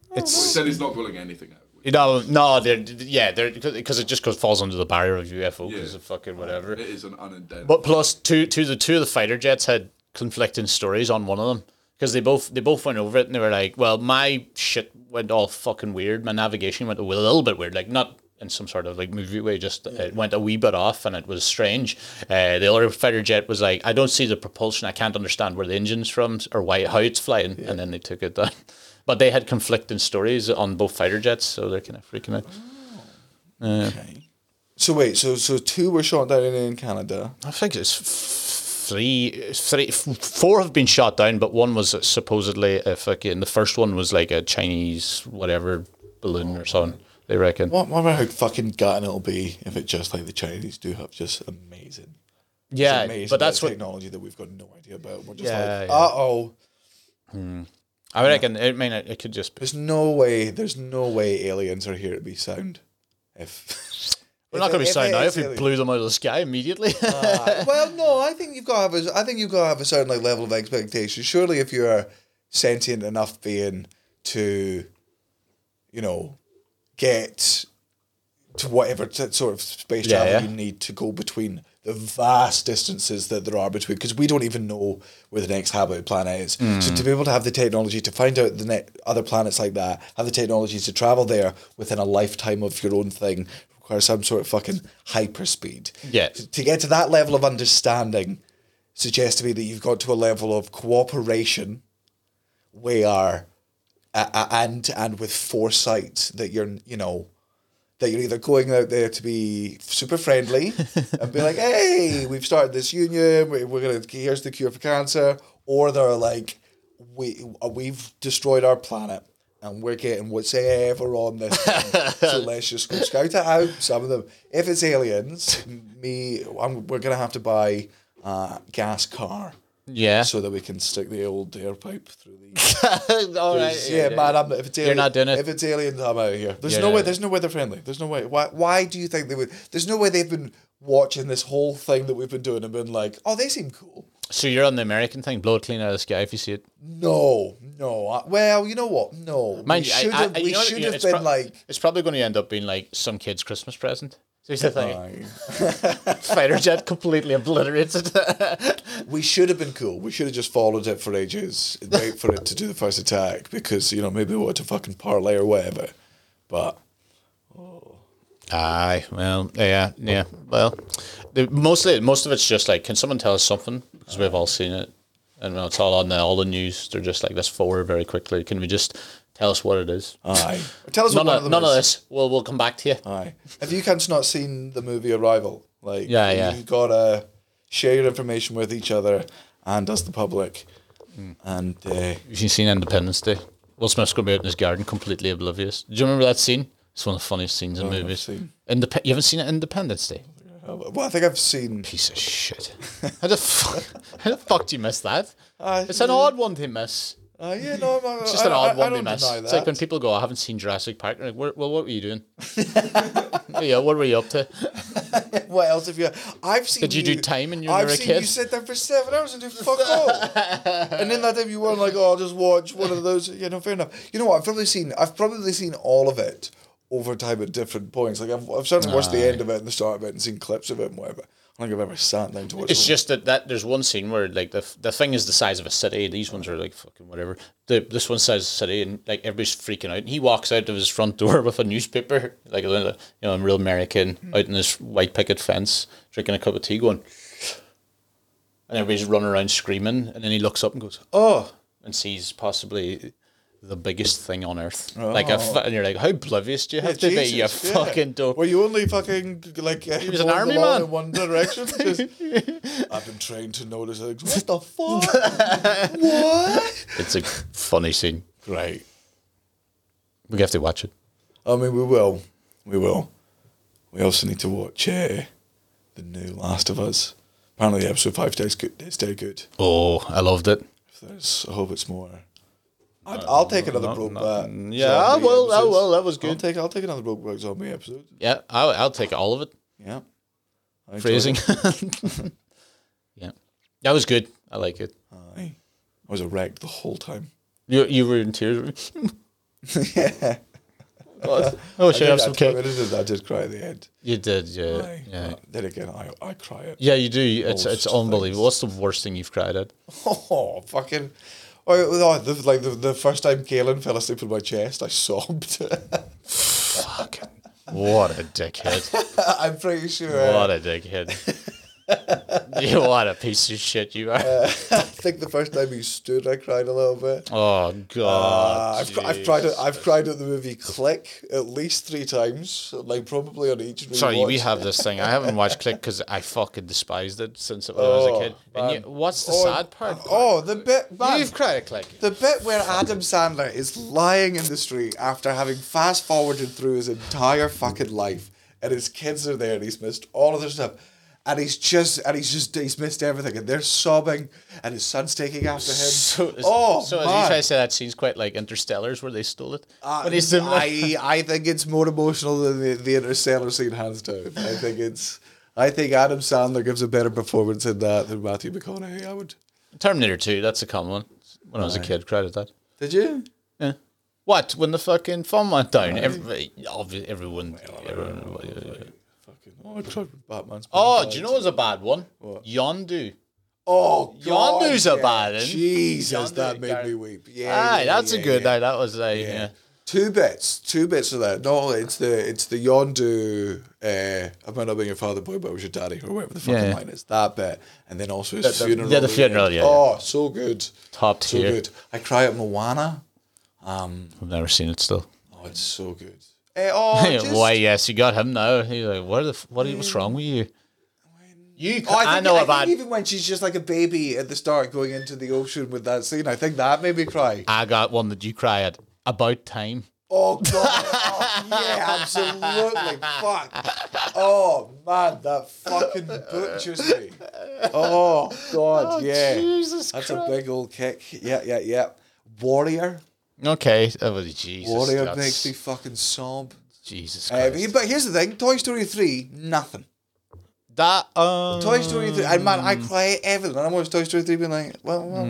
[SPEAKER 7] Well, he
[SPEAKER 5] it's
[SPEAKER 7] said he's not ruling anything out.
[SPEAKER 5] you know no they're yeah they're because it just goes falls under the barrier of UFO because
[SPEAKER 7] Yeah.
[SPEAKER 5] of fucking whatever.
[SPEAKER 7] It is an unidentified.
[SPEAKER 5] But plus, two, two, the two of the fighter jets had conflicting stories on one of them because they both they both went over it and they were like, "Well, my shit went all fucking weird. My navigation went a little bit weird, like not in some sort of like movie way. Just uh, it went a wee bit off, and it was strange." Uh, the other fighter jet was like, "I don't see the propulsion. I can't understand where the engine's from or why how it's flying." And then they took it down. But they had conflicting stories on both fighter jets, so they're kind of freaking out.
[SPEAKER 4] So wait, so so two were shot down in, in Canada.
[SPEAKER 5] I think it's f- three, three, f- four have been shot down, but one was supposedly a fucking. The first one was like a Chinese whatever balloon or something. They reckon.
[SPEAKER 4] What wonder how fucking gutting it'll be if it just like the Chinese do have just amazing,
[SPEAKER 5] yeah,
[SPEAKER 4] amazing
[SPEAKER 5] but that's
[SPEAKER 4] bit of
[SPEAKER 5] what
[SPEAKER 4] technology that we've got no idea about. We're just
[SPEAKER 5] Yeah,
[SPEAKER 4] like,
[SPEAKER 5] yeah.
[SPEAKER 4] uh oh,
[SPEAKER 5] I reckon. I mean, it, it could just. be
[SPEAKER 4] there's no way, there's no way aliens are here to be sound. If
[SPEAKER 5] We're not going to be
[SPEAKER 4] if
[SPEAKER 5] saying
[SPEAKER 4] it
[SPEAKER 5] now
[SPEAKER 4] is
[SPEAKER 5] if we
[SPEAKER 4] alien. Uh,
[SPEAKER 5] blew them out of the sky immediately.
[SPEAKER 4] well, no, I think you've got to have a, I think you've got to have a certain like level of expectation. Surely, if you're a sentient enough being to, you know, get to whatever t- sort of space
[SPEAKER 5] Yeah,
[SPEAKER 4] travel
[SPEAKER 5] yeah.
[SPEAKER 4] you need to go between the vast distances that there are between, because we don't even know where the next habitable planet is. So to be able to have the technology to find out the ne- other planets like that, have the technology to travel there within a lifetime of your own thing. requires Some sort of fucking hyper speed
[SPEAKER 5] Yeah.
[SPEAKER 4] to get to that level of understanding suggests to me that you've got to a level of cooperation where uh, uh, and and with foresight that you're you know that you're either going out there to be super friendly and be like hey we've started this union we- we're gonna here's the cure for cancer or they're like we uh, we've destroyed our planet and we're getting whatever on this thing, so let's just go scout it out some of them if it's aliens me I'm, we're gonna have to buy a gas car
[SPEAKER 5] yeah.
[SPEAKER 4] so that we can stick the old air pipe through the
[SPEAKER 5] All right.
[SPEAKER 4] yeah, man. I'm, if it's alien,
[SPEAKER 5] not doing it.
[SPEAKER 4] If it's aliens, I'm out of here. There's
[SPEAKER 5] Yeah,
[SPEAKER 4] no
[SPEAKER 5] yeah,
[SPEAKER 4] way.
[SPEAKER 5] yeah.
[SPEAKER 4] There's no way they're friendly. There's no way. Why? Why do you think they would? There's no way they've been watching this whole thing that we've been doing and been like, oh, they seem cool.
[SPEAKER 5] So you're on the American thing. Blow it clean out of the sky if you see it.
[SPEAKER 4] No, no. I, well, you know what? No,
[SPEAKER 5] Mind
[SPEAKER 4] we
[SPEAKER 5] you, I-
[SPEAKER 4] should
[SPEAKER 5] I-
[SPEAKER 4] have.
[SPEAKER 5] you
[SPEAKER 4] we
[SPEAKER 5] know,
[SPEAKER 4] should
[SPEAKER 5] you know,
[SPEAKER 4] have
[SPEAKER 5] it's
[SPEAKER 4] been
[SPEAKER 5] pro-
[SPEAKER 4] like.
[SPEAKER 5] It's probably going to end up being like some kid's Christmas present. So he's just like,
[SPEAKER 4] "Aye."
[SPEAKER 5] fighter jet completely obliterates it.
[SPEAKER 4] We should have been cool. We should have just followed it for ages, and wait for it to do the first attack because you know maybe we want to fucking parlay or whatever. But
[SPEAKER 5] Aye, well, yeah, yeah. Well, the, mostly, most of it's just like, can someone tell us something? Because we've all seen it, and well, it's all on the, all the news. They're just like this forward very quickly. Can we just tell us what it is?
[SPEAKER 4] aye, tell us
[SPEAKER 5] none
[SPEAKER 4] what one
[SPEAKER 5] of,
[SPEAKER 4] of them
[SPEAKER 5] none
[SPEAKER 4] is.
[SPEAKER 5] of this. We'll we'll come back to you.
[SPEAKER 4] Aye. Have you cunts not seen the movie Arrival? Like,
[SPEAKER 5] Yeah, yeah.
[SPEAKER 4] You gotta share your information with each other and us, the public.
[SPEAKER 5] Hmm.
[SPEAKER 4] And uh,
[SPEAKER 5] Have you seen Independence Day? Will Smith's going to be out in his garden, completely oblivious. Do you remember that scene? It's one of the funniest scenes in movies.
[SPEAKER 4] seen.
[SPEAKER 5] Indep- you haven't seen it, Independence Day?
[SPEAKER 4] well, I think I've seen.
[SPEAKER 5] Piece of shit. how the fuck? How the fuck do you miss that?
[SPEAKER 4] Aye.
[SPEAKER 5] it's an odd one to miss.
[SPEAKER 4] Uh, yeah, no, I'm,
[SPEAKER 5] It's just an odd one we
[SPEAKER 4] don't
[SPEAKER 5] miss.
[SPEAKER 4] deny
[SPEAKER 5] It's like when
[SPEAKER 4] that.
[SPEAKER 5] people go, "Oh, I haven't seen Jurassic Park. They're like, "Where- well, what were you doing? yeah, what were you up to?
[SPEAKER 4] What else have you? I've seen.
[SPEAKER 5] Did you do time when you
[SPEAKER 4] I've
[SPEAKER 5] were a
[SPEAKER 4] seen
[SPEAKER 5] kid?
[SPEAKER 4] you sit there for seven hours and do fuck all. and then that time you weren't like, oh, I'll just watch one of those. Yeah, no, fair enough. You know what? I've probably seen. I've probably seen all of it over time at different points. Like I've, I've certainly watched the end of it and the start of it and seen clips of it and whatever. I don't think I've ever sat down to watch.
[SPEAKER 5] It's
[SPEAKER 4] it.
[SPEAKER 5] just that, that there's one scene where like the f- the thing is the size of a city. These ones are like fucking whatever. The, this one's size of a city, and like everybody's freaking out. And he walks out of his front door with a newspaper, like a little- you know, a real American,
[SPEAKER 4] Hmm.
[SPEAKER 5] out in this white picket fence, drinking a cup of tea, going, and everybody's running around screaming. And then he looks up and goes, "Oh," and sees possibly the biggest thing on earth. Like a, fu- and you're like, how oblivious do you have to
[SPEAKER 4] Jesus,
[SPEAKER 5] be? You
[SPEAKER 4] Oh. yeah.
[SPEAKER 5] fucking dope.
[SPEAKER 4] Were you only fucking like uh, he
[SPEAKER 5] was an army man.
[SPEAKER 4] in one direction? Just, I've been trained to notice things. What the fuck? what?
[SPEAKER 5] It's a funny scene.
[SPEAKER 4] Great.
[SPEAKER 5] We have to watch it.
[SPEAKER 4] I mean, we will, we will. We also need to watch uh, the new Last of Us. Apparently, episode five tastes good. Tastes dead good.
[SPEAKER 5] Oh, I loved it.
[SPEAKER 4] If there's, I hope it's more.
[SPEAKER 5] Uh,
[SPEAKER 4] I'd, I'll take another broke back.
[SPEAKER 5] Yeah, I will, I will, that was
[SPEAKER 4] I'll
[SPEAKER 5] good.
[SPEAKER 4] take. I'll take another broke back zombie episode.
[SPEAKER 5] Yeah, I'll, I'll take all of it.
[SPEAKER 4] Yeah. I enjoyed
[SPEAKER 5] Phrasing.
[SPEAKER 4] it.
[SPEAKER 5] yeah, that was good. I like it.
[SPEAKER 4] Aye. I was erect the whole time.
[SPEAKER 5] You you were in tears. Oh, should I have some
[SPEAKER 4] did, I,
[SPEAKER 5] cake?
[SPEAKER 4] did, I did cry at the end.
[SPEAKER 5] You did, yeah,
[SPEAKER 4] Aye.
[SPEAKER 5] yeah.
[SPEAKER 4] But Then again, I, I cry it.
[SPEAKER 5] Yeah, you do. It's
[SPEAKER 4] Most
[SPEAKER 5] it's unbelievable. What's the worst thing you've cried at?
[SPEAKER 4] Oh, fucking. Oh, oh, the, like the, the first time Kaelin fell asleep on my chest, I sobbed.
[SPEAKER 5] What a dickhead!
[SPEAKER 4] I'm pretty sure.
[SPEAKER 5] What a dickhead! you what a piece of shit you are!
[SPEAKER 4] I think the first time he stood, I cried a little bit.
[SPEAKER 5] oh
[SPEAKER 4] Uh,
[SPEAKER 5] god!
[SPEAKER 4] I've, cr- I've tried it. I've cried at the movie Click at least three times, like probably on each.
[SPEAKER 5] Sorry, we
[SPEAKER 4] rewatch.
[SPEAKER 5] have this thing. I haven't watched Click because I fucking despised it since when I was
[SPEAKER 4] Oh,
[SPEAKER 5] a kid. And you, what's the
[SPEAKER 4] Oh,
[SPEAKER 5] sad part?
[SPEAKER 4] Oh, the bit. man.
[SPEAKER 5] You've cried at Click.
[SPEAKER 4] The bit where Adam Sandler is lying in the street after having fast forwarded through his entire fucking life, and his kids are there, and he's missed all of their stuff, and he's just and he's just he's missed everything, and they're sobbing, and his son's taking after him.
[SPEAKER 5] So, is,
[SPEAKER 4] oh
[SPEAKER 5] so as you
[SPEAKER 4] man.
[SPEAKER 5] try to say that scene's quite like Interstellar's where they stole it.
[SPEAKER 4] Uh,
[SPEAKER 5] When he's doing that.
[SPEAKER 4] I I think it's more emotional than the, the Interstellar scene hands down. I think it's I think Adam Sandler gives a better performance in that than Matthew McConaughey. I would.
[SPEAKER 5] Terminator 2, that's a common one. When I was a kid, cried at that.
[SPEAKER 4] Did you?
[SPEAKER 5] Yeah. What? When the fucking phone went down, every, obvi- everyone. everyone
[SPEAKER 4] Fucking oh, I tried with Batman's.
[SPEAKER 5] oh, do you know what's a bad one? Yondu.
[SPEAKER 4] Oh, God,
[SPEAKER 5] Yondu's a bad un.
[SPEAKER 4] Jesus,
[SPEAKER 5] Yondu,
[SPEAKER 4] that made
[SPEAKER 5] Gar-
[SPEAKER 4] me weep. Yeah,
[SPEAKER 5] Aye,
[SPEAKER 4] yeah,
[SPEAKER 5] that's
[SPEAKER 4] yeah,
[SPEAKER 5] a good.
[SPEAKER 4] yeah.
[SPEAKER 5] aye, that was a. Yeah.
[SPEAKER 4] Two bits, two bits of that. No, it's the it's the Yondu. Uh, I might not being your father boy, but I was your daddy, or whatever the fucking
[SPEAKER 5] Yeah.
[SPEAKER 4] line is. That bit, and then also his
[SPEAKER 5] the-
[SPEAKER 4] funeral.
[SPEAKER 5] yeah, the
[SPEAKER 4] at
[SPEAKER 5] funeral,
[SPEAKER 4] end.
[SPEAKER 5] yeah,
[SPEAKER 4] Oh, so good.
[SPEAKER 5] Top
[SPEAKER 4] so
[SPEAKER 5] tier.
[SPEAKER 4] good. I cry at Moana.
[SPEAKER 5] I've never seen it still.
[SPEAKER 4] Oh, it's so good. Eh, oh,
[SPEAKER 5] Yeah,
[SPEAKER 4] just-
[SPEAKER 5] Why? Yes, you got him now. He's like, what? The, f- what? are- What's wrong with you? You.
[SPEAKER 4] Oh, I, think,
[SPEAKER 5] I, know
[SPEAKER 4] I
[SPEAKER 5] about.
[SPEAKER 4] think even when she's just like a baby at the start going into the ocean with that scene. I think that made me cry.
[SPEAKER 5] I got one that you cry at. About time.
[SPEAKER 4] Oh god! Oh, yeah, absolutely. Fuck. Oh man, that fucking butchers me. Oh god, yeah.
[SPEAKER 5] Jesus
[SPEAKER 4] That's a big old kick. Yeah, yeah, yeah. Warrior,
[SPEAKER 5] Okay. Oh, well, Jesus.
[SPEAKER 4] warrior
[SPEAKER 5] that's-
[SPEAKER 4] makes me fucking sob.
[SPEAKER 5] Jesus
[SPEAKER 4] Uh,
[SPEAKER 5] Christ.
[SPEAKER 4] but here's the thing: Toy Story three, nothing.
[SPEAKER 5] that. Um,
[SPEAKER 4] Toy Story three, and man, I cry at everything. And I watch Toy Story three, being like, well, well.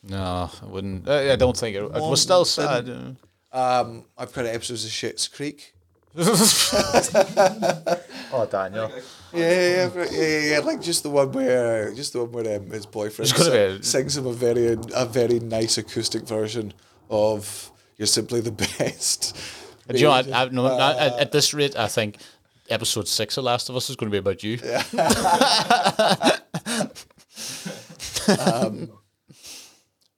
[SPEAKER 5] No, I wouldn't. uh, I, I don't think it, it was still sad. uh.
[SPEAKER 4] Um, I've cried at episodes of Shit's Creek.
[SPEAKER 5] oh, Daniel.
[SPEAKER 4] Yeah, yeah, yeah, yeah, yeah, yeah, Like just the one where, just the one where um, his boyfriend
[SPEAKER 5] There's gotta
[SPEAKER 4] sing-
[SPEAKER 5] be a-
[SPEAKER 4] sings him a very, a very nice acoustic version of "You're Simply the Best."
[SPEAKER 5] Do you know what? I, no, no, at,
[SPEAKER 4] Uh,
[SPEAKER 5] at this rate, I think episode six of Last of Us is going to be about you.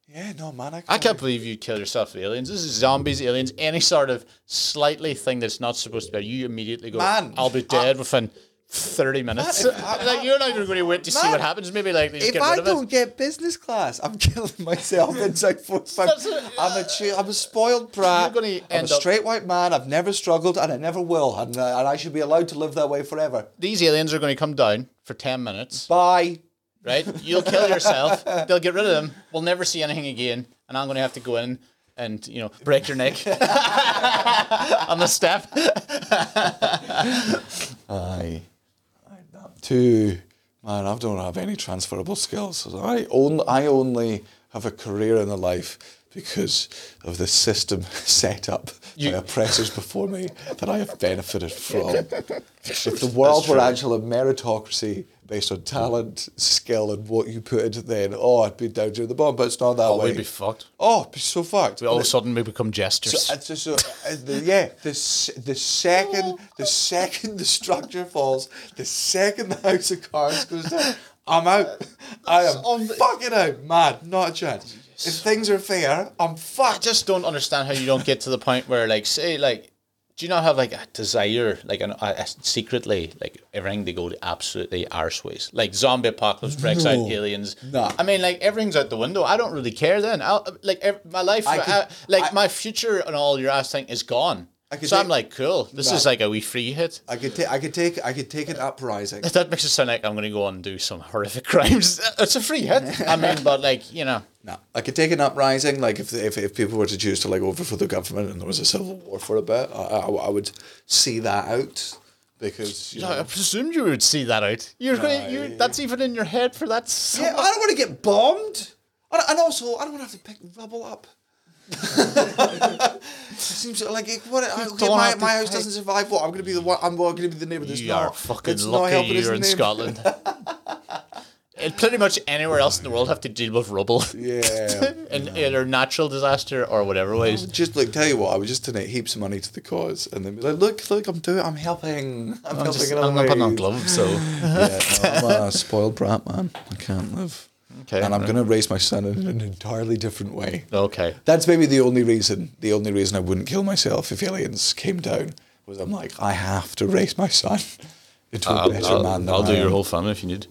[SPEAKER 4] Yeah, no, man, I,
[SPEAKER 5] I can't believe you kill yourself with aliens. This is zombies, aliens, any sort of slightly thing that's not supposed to be. You immediately go,
[SPEAKER 4] Man,
[SPEAKER 5] I'll be dead within 30 minutes. like, you're not even going to wait to see
[SPEAKER 4] Man,
[SPEAKER 5] what happens. Maybe, like, they just
[SPEAKER 4] If
[SPEAKER 5] get
[SPEAKER 4] I
[SPEAKER 5] rid of
[SPEAKER 4] don't
[SPEAKER 5] it.
[SPEAKER 4] get business class, I'm killing myself inside four five. I'm a chi- I'm a spoiled brat.
[SPEAKER 5] You're gonna
[SPEAKER 4] I'm a
[SPEAKER 5] end up-
[SPEAKER 4] straight white man. I've never struggled, and I never will, and, uh, and I should be allowed to live that way forever.
[SPEAKER 5] These aliens are going to come down for 10 minutes.
[SPEAKER 4] Bye.
[SPEAKER 5] right? You'll kill yourself. They'll get rid of them. We'll never see anything again, and I'm going to have to go in and you know break your neck on the step.
[SPEAKER 4] Aye. Two. Man, I don't have any transferable skills. I only, I only have a career in the life because of the system set up by oppressors before me that I have benefited from. if the world were actually a meritocracy based on talent, skill, and what you put into then, oh, I'd be down to the bottom, but it's not that way.
[SPEAKER 5] We'd be fucked.
[SPEAKER 4] oh, I'd be so fucked.
[SPEAKER 5] We all of a sudden we become jesters.
[SPEAKER 4] So, uh, so, so, uh, the, yeah, the, s- the second the second the structure falls, the second the house of cards goes down, I'm out. I am fucking out, man. Not a chance. If things are fair, I'm fucked.
[SPEAKER 5] just don't understand how you don't get to the point where, like, say, like, do you not have like a desire, like, an, a, a- secretly, like, everything to go to absolutely arseways, like zombie apocalypse breaks out, aliens.
[SPEAKER 4] nah.
[SPEAKER 5] I mean, like, everything's out the window. I don't really care then. I'll, like, ev- my life, I
[SPEAKER 4] could-
[SPEAKER 5] like,
[SPEAKER 4] I-
[SPEAKER 5] my future and all your ass thing is gone.
[SPEAKER 4] could
[SPEAKER 5] so I'm
[SPEAKER 4] take-
[SPEAKER 5] like, cool. This
[SPEAKER 4] Nah.
[SPEAKER 5] is like a wee free hit.
[SPEAKER 4] I could take I could take I could take an uprising.
[SPEAKER 5] That makes it sound like I'm going to go on and do some horrific crimes. It's a free hit. I mean, but like, you know.
[SPEAKER 4] No, I could take an uprising. Like if, if if people were to choose to like overthrow the government and there was a civil war for a bit, I, I, I would see that out because you know.
[SPEAKER 5] I presumed you would see that out. You're going. You, that's even in your head for that.
[SPEAKER 4] Yeah, I don't want to get bombed. And and also, I don't want to have to pick rubble up. it seems like it, what, I- okay,
[SPEAKER 5] don't
[SPEAKER 4] my,
[SPEAKER 5] have to
[SPEAKER 4] my house
[SPEAKER 5] pick-
[SPEAKER 4] doesn't survive. What I'm going to be the one? I'm going to be the neighbour that's
[SPEAKER 5] you
[SPEAKER 4] not.
[SPEAKER 5] are fucking
[SPEAKER 4] that's not
[SPEAKER 5] lucky
[SPEAKER 4] helping his
[SPEAKER 5] you're in
[SPEAKER 4] neighbour.
[SPEAKER 5] Scotland. and pretty much anywhere else in the world have to deal with rubble.
[SPEAKER 4] Yeah.
[SPEAKER 5] and either natural disaster or whatever ways.
[SPEAKER 4] Just like tell you what, I would just donate heaps of money to the cause, and then be like, look, look, I'm doing, I'm helping, I'm, helping.
[SPEAKER 5] I'm, just,
[SPEAKER 4] in
[SPEAKER 5] I'm
[SPEAKER 4] other
[SPEAKER 5] not putting on
[SPEAKER 4] ways."
[SPEAKER 5] gloves, so
[SPEAKER 4] Yeah, no, I'm uh, a spoiled brat, man. I can't live.
[SPEAKER 5] Okay.
[SPEAKER 4] and I'm going to raise my son in an entirely different way.
[SPEAKER 5] okay.
[SPEAKER 4] That's maybe the only reason. The only reason I wouldn't kill myself if aliens came down was I'm like, I have to raise my son into a better man than
[SPEAKER 5] Um, I'll
[SPEAKER 4] I
[SPEAKER 5] do your
[SPEAKER 4] am.
[SPEAKER 5] whole family if you need.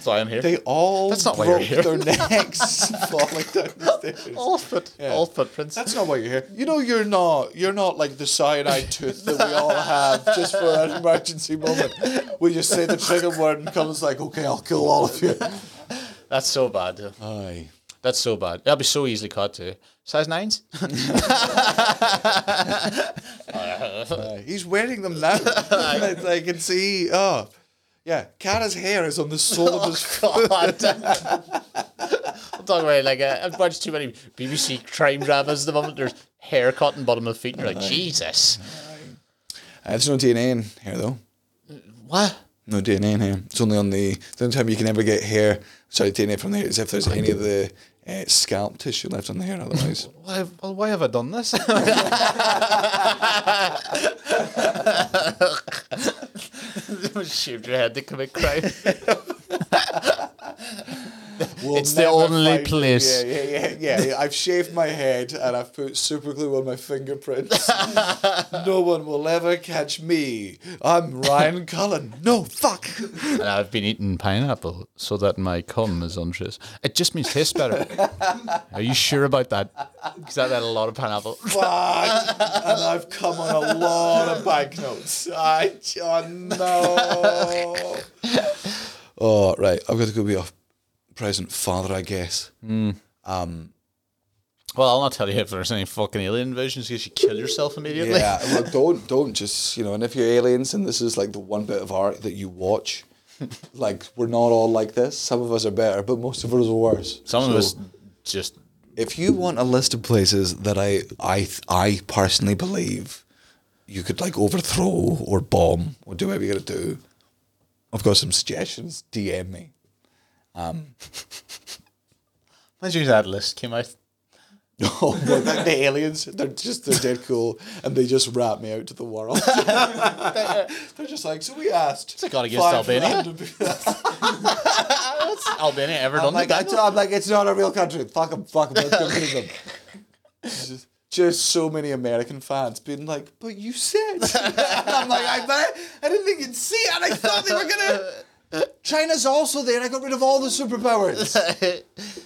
[SPEAKER 5] so I'm here.
[SPEAKER 4] They all
[SPEAKER 5] That's not why you're
[SPEAKER 4] broke
[SPEAKER 5] here.
[SPEAKER 4] their necks falling down the stairs.
[SPEAKER 5] all foot, all footprints.
[SPEAKER 4] That's not why you're here. You know you're not. You're not like the cyanide tooth that we all have just for an emergency moment. We just say the trigger word and comes like, okay, I'll kill all of you.
[SPEAKER 5] That's so bad. though.
[SPEAKER 4] Aye.
[SPEAKER 5] That's so bad. That'll be so easily caught too. Size nines.
[SPEAKER 4] He's wearing them now. It's like, I can see. Oh, yeah. Cara's hair is on the sole of his
[SPEAKER 5] Oh, God. I'm talking about like uh, I've watched too many BBC crime dramas at the moment. There's hair caught in the bottom of feet, and you're like, Jesus,
[SPEAKER 4] Uh, there's no DNA in hair though.
[SPEAKER 5] what?
[SPEAKER 4] No DNA in hair. It's only on the the only time you can ever get hair. Sorry, DNA from there is if there's any of the uh, scalp tissue left on the hair. Otherwise,
[SPEAKER 5] Why, well, why have I done this? Shaved your head to commit crime. it's the only place.
[SPEAKER 4] Yeah, yeah, yeah, yeah. I've shaved my head and I've put super glue on my fingerprints. no one will ever catch me. I'm Ryan Cullen. No fuck.
[SPEAKER 5] And I've been eating pineapple so that my cum is untrace. It just means taste better. Are you sure about that? Because I've had a lot of pineapple.
[SPEAKER 4] fuck. and I've come on a lot of banknotes. I, oh, no. oh, right. I've got to go be a present father, I guess.
[SPEAKER 5] Well, I'll not tell you if there's any fucking alien invasions because you kill yourself immediately.
[SPEAKER 4] Yeah, well, don't, don't just, you know, and if you're aliens and this is like the one bit of art that you watch, like, we're not all like this. Some of us are better, but most of us are worse.
[SPEAKER 5] Some of
[SPEAKER 4] So-
[SPEAKER 5] us just
[SPEAKER 4] If you want a list of places that I I I personally believe you could like overthrow or bomb or do whatever you gotta do, I've got some suggestions. DM me.
[SPEAKER 5] imagine if that list came out.
[SPEAKER 4] Oh, well, the, the aliens, they're just they're dead cool, and they just rat me out to the world. they're just like, so we asked. It's
[SPEAKER 5] like all against Albania." Albania ever done
[SPEAKER 4] I'm like,
[SPEAKER 5] that?
[SPEAKER 4] I, am like, it's not a real country. Fuck them, fuck them. them. Just, just so many American fans being like, but you said. And I'm like, I, but I, I didn't think you'd see it. And I thought they were going to. China's also there, and I got rid of all the superpowers.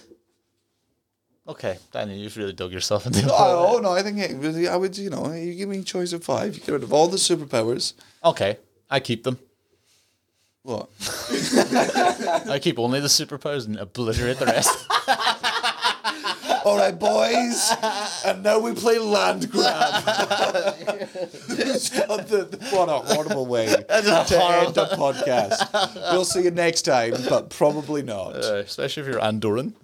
[SPEAKER 5] okay, Danny, you've really dug yourself into
[SPEAKER 4] oh, no, I think it was, I would, you know, you give me a choice of five, you get rid of all the superpowers.
[SPEAKER 5] Okay, I keep them.
[SPEAKER 4] What?
[SPEAKER 5] I keep only the superpowers and obliterate the rest.
[SPEAKER 6] All right, boys. And now we play land grab. It's got the-
[SPEAKER 4] What a horrible way to end a podcast. We'll see you next time, but probably not.
[SPEAKER 5] Uh, especially if you're Andoran.